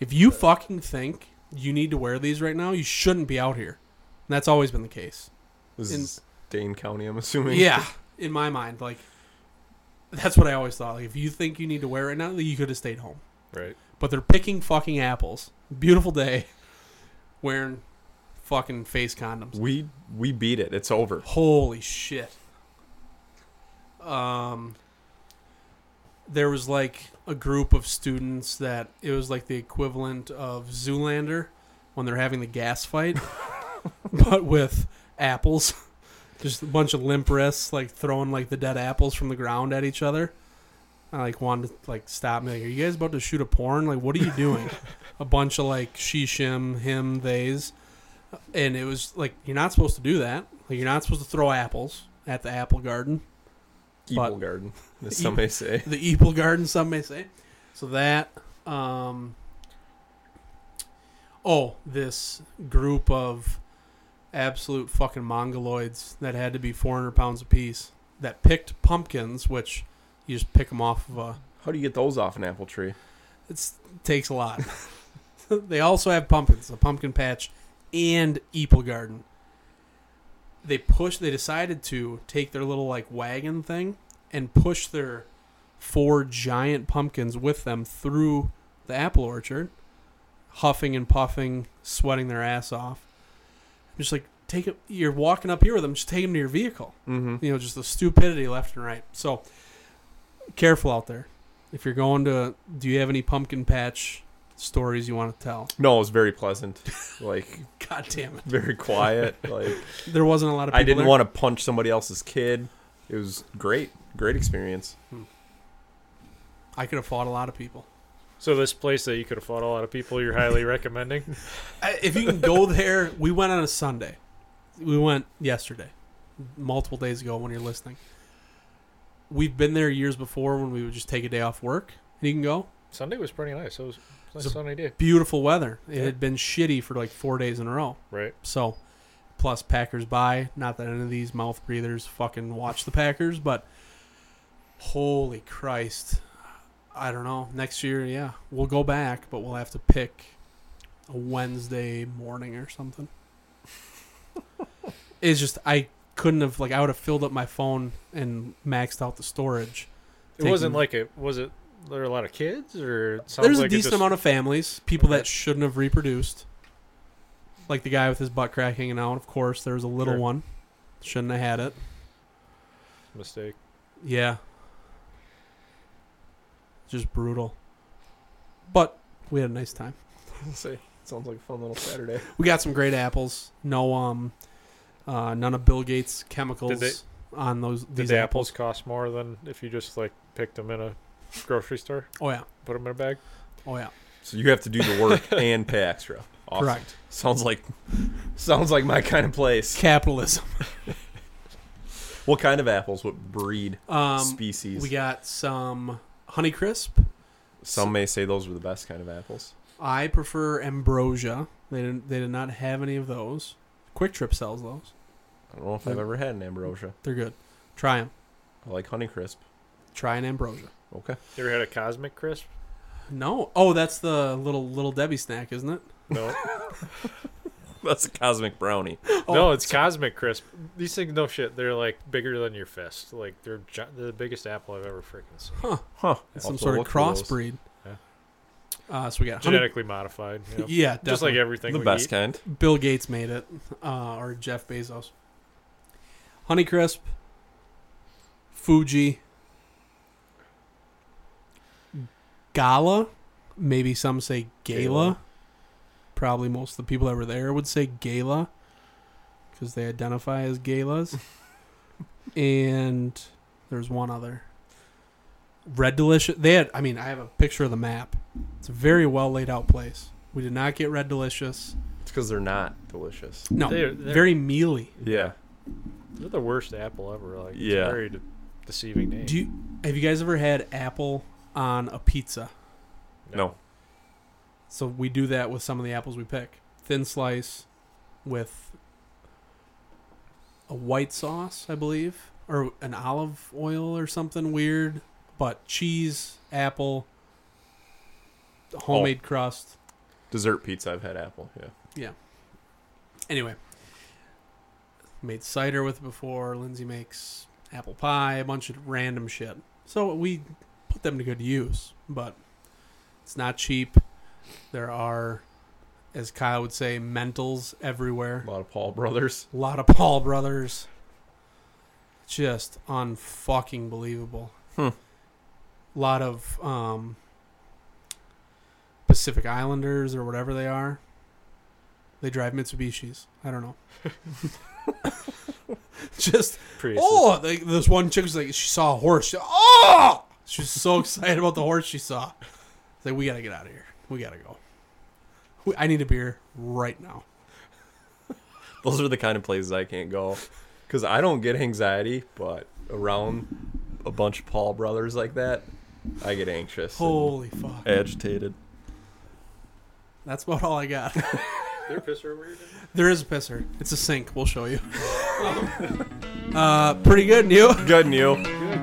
C: if you fucking think you need to wear these right now, you shouldn't be out here. And that's always been the case.
E: This
C: In-
E: is Dane County, I'm assuming.
C: Yeah, in my mind, like that's what I always thought. Like, if you think you need to wear it now, you could have stayed home.
D: right?
C: But they're picking fucking apples. Beautiful day, wearing fucking face condoms.
E: We we beat it. It's over.
C: Holy shit. Um there was like a group of students that it was like the equivalent of Zoolander when they're having the gas fight but with apples. Just a bunch of limp wrists like throwing like the dead apples from the ground at each other. I like wanted to like stop me like, Are you guys about to shoot a porn? Like what are you doing? a bunch of like she shim, him, theys and it was like you're not supposed to do that. Like you're not supposed to throw apples at the apple garden,
E: Evil garden, as some may say.
C: the evil garden, some may say. So that, um, oh, this group of absolute fucking mongoloids that had to be 400 pounds apiece that picked pumpkins, which you just pick them off of a.
E: How do you get those off an apple tree?
C: It takes a lot. they also have pumpkins, a pumpkin patch, and Eeple Garden. They push. They decided to take their little like wagon thing and push their four giant pumpkins with them through the apple orchard, huffing and puffing, sweating their ass off. I'm just like, take it. You're walking up here with them. Just take them to your vehicle.
E: Mm-hmm.
C: You know, just the stupidity left and right. So careful out there. If you're going to, do you have any pumpkin patch stories you want to tell?
E: No, it was very pleasant. Like
C: God damn it.
E: very quiet. Like
C: There wasn't a lot of people.
E: I didn't want to punch somebody else's kid. It was great. Great experience.
C: to. I could have fought a lot of people.
D: So this place that you could have fought a lot of people, you're highly recommending.
C: I- If you can go there, we went on a Sunday. We went yesterday, multiple days ago when you're listening. We've been there years before when we would just take a day off work and you can go.
D: Sunday was pretty nice. It was a nice
C: So-
D: sunny day,
C: Beautiful weather. It had been shitty for like four days in a row.
D: right?
C: So, plus Packers by. Not that any of these mouth breathers fucking watch the Packers, but holy Christ. I don't know. Next year, yeah, we'll go back, but we'll have to pick a Wednesday morning or something. it's just, I couldn't have, like, I would have filled up my phone and maxed out the storage.
D: It wasn't
C: Taking-
D: like it was it. There were a lot of kids, or it sounds
C: There's
D: like
C: a
D: it
C: decent
D: just-
C: amount of families, people
D: Okay.
C: that shouldn't have reproduced. Like the guy with his butt crack hanging out, of course, there was a little
D: Sure.
C: one. Shouldn't have had it.
D: mistake.
C: Yeah. Just brutal. But we had a nice time.
E: Say, sounds like a fun little Saturday.
C: We got some great apples. No um uh none of Bill Gates chemicals
D: they-
C: on those
D: Did
C: these
D: the
C: apples.
D: apples cost more than if you just like picked them in a grocery store,
C: Oh yeah.
D: put them in a bag?
C: Oh yeah.
E: So you have to do the work and pay extra. Awesome.
C: Correct.
E: Sounds like sounds like my kind of place.
C: Capitalism.
E: What kind of apples? What breed?
C: Um
E: species?
C: we got some Honeycrisp.
E: Some may say those were the best kind of apples.
C: I prefer Ambrosia. They didn't they did not have any of those. Quick Trip sells those.
E: I don't know if I've ever had an ambrosia.
C: They're good. Try them.
E: I like Honeycrisp.
C: Try an Ambrosia.
E: Okay.
D: You ever had a cosmic crisp?
C: No. Oh, that's the little little Debbie snack, isn't it?
D: No.
E: That's a cosmic brownie.
C: Oh,
D: no, it's cosmic crisp. These things, no shit, they're like bigger than your fist. Like they're, gi- they're the biggest apple I've ever freaking seen.
E: Huh.
C: It's some
E: Also
C: sort of
E: look for those.
C: crossbreed.
D: Yeah.
C: Uh, so we got honey-
D: Genetically modified. you know.
C: Yeah,
D: just like
C: definitely.
D: everything
E: The
D: we
E: best
D: eat.
E: kind.
C: Bill Gates made it, uh, or Jeff Bezos. Honeycrisp, Fuji, Gala. Maybe some say Gala.
E: Gala.
C: Probably most of the people that were there would say Gala because they identify as Galas. and there's one other. Red Delicious. They had. I mean, I have a picture of the map. It's a very well laid out place. We did not get Red Delicious.
E: It's because they're not delicious.
C: No,
D: They're- they're-
C: very mealy.
E: Yeah.
D: They're the worst apple ever. Like, it's a
E: Yeah.
D: very de- deceiving name.
C: Do you, have you guys ever had apple on a pizza?
E: No.
C: So we do that with some of the apples we pick. Thin slice with a white sauce, I believe, or an olive oil or something weird, but cheese, apple, homemade crust.
E: Dessert pizza. I've had apple. Yeah.
C: Anyway, made cider with it before. Lindsay makes apple pie, a bunch of random shit. So we put them to good use, but it's not cheap. There are, as Kyle would say, mentals everywhere.
E: A lot of Paul brothers.
C: A lot of Paul brothers. Just unfucking believable.
E: Hmm.
C: A lot of um, Pacific Islanders or whatever they are. They drive Mitsubishis. I don't know. Just
D: Priuses.
C: oh, they, this one chick was like, she saw a horse. She, oh, she was so excited about the horse she saw. It's like we gotta get out of here. We gotta go. We- I need a beer right now.
E: Those are the kind of places I can't go. Because I don't get anxiety, but around a bunch of Paul brothers like that, I get anxious. and
C: Holy fuck!
E: Agitated.
C: That's about all I got.
D: They're pisser weird.
C: There is a pisser. It's a sink. We'll show you. uh, pretty good, Neil.
E: Good, Neil.
D: Good.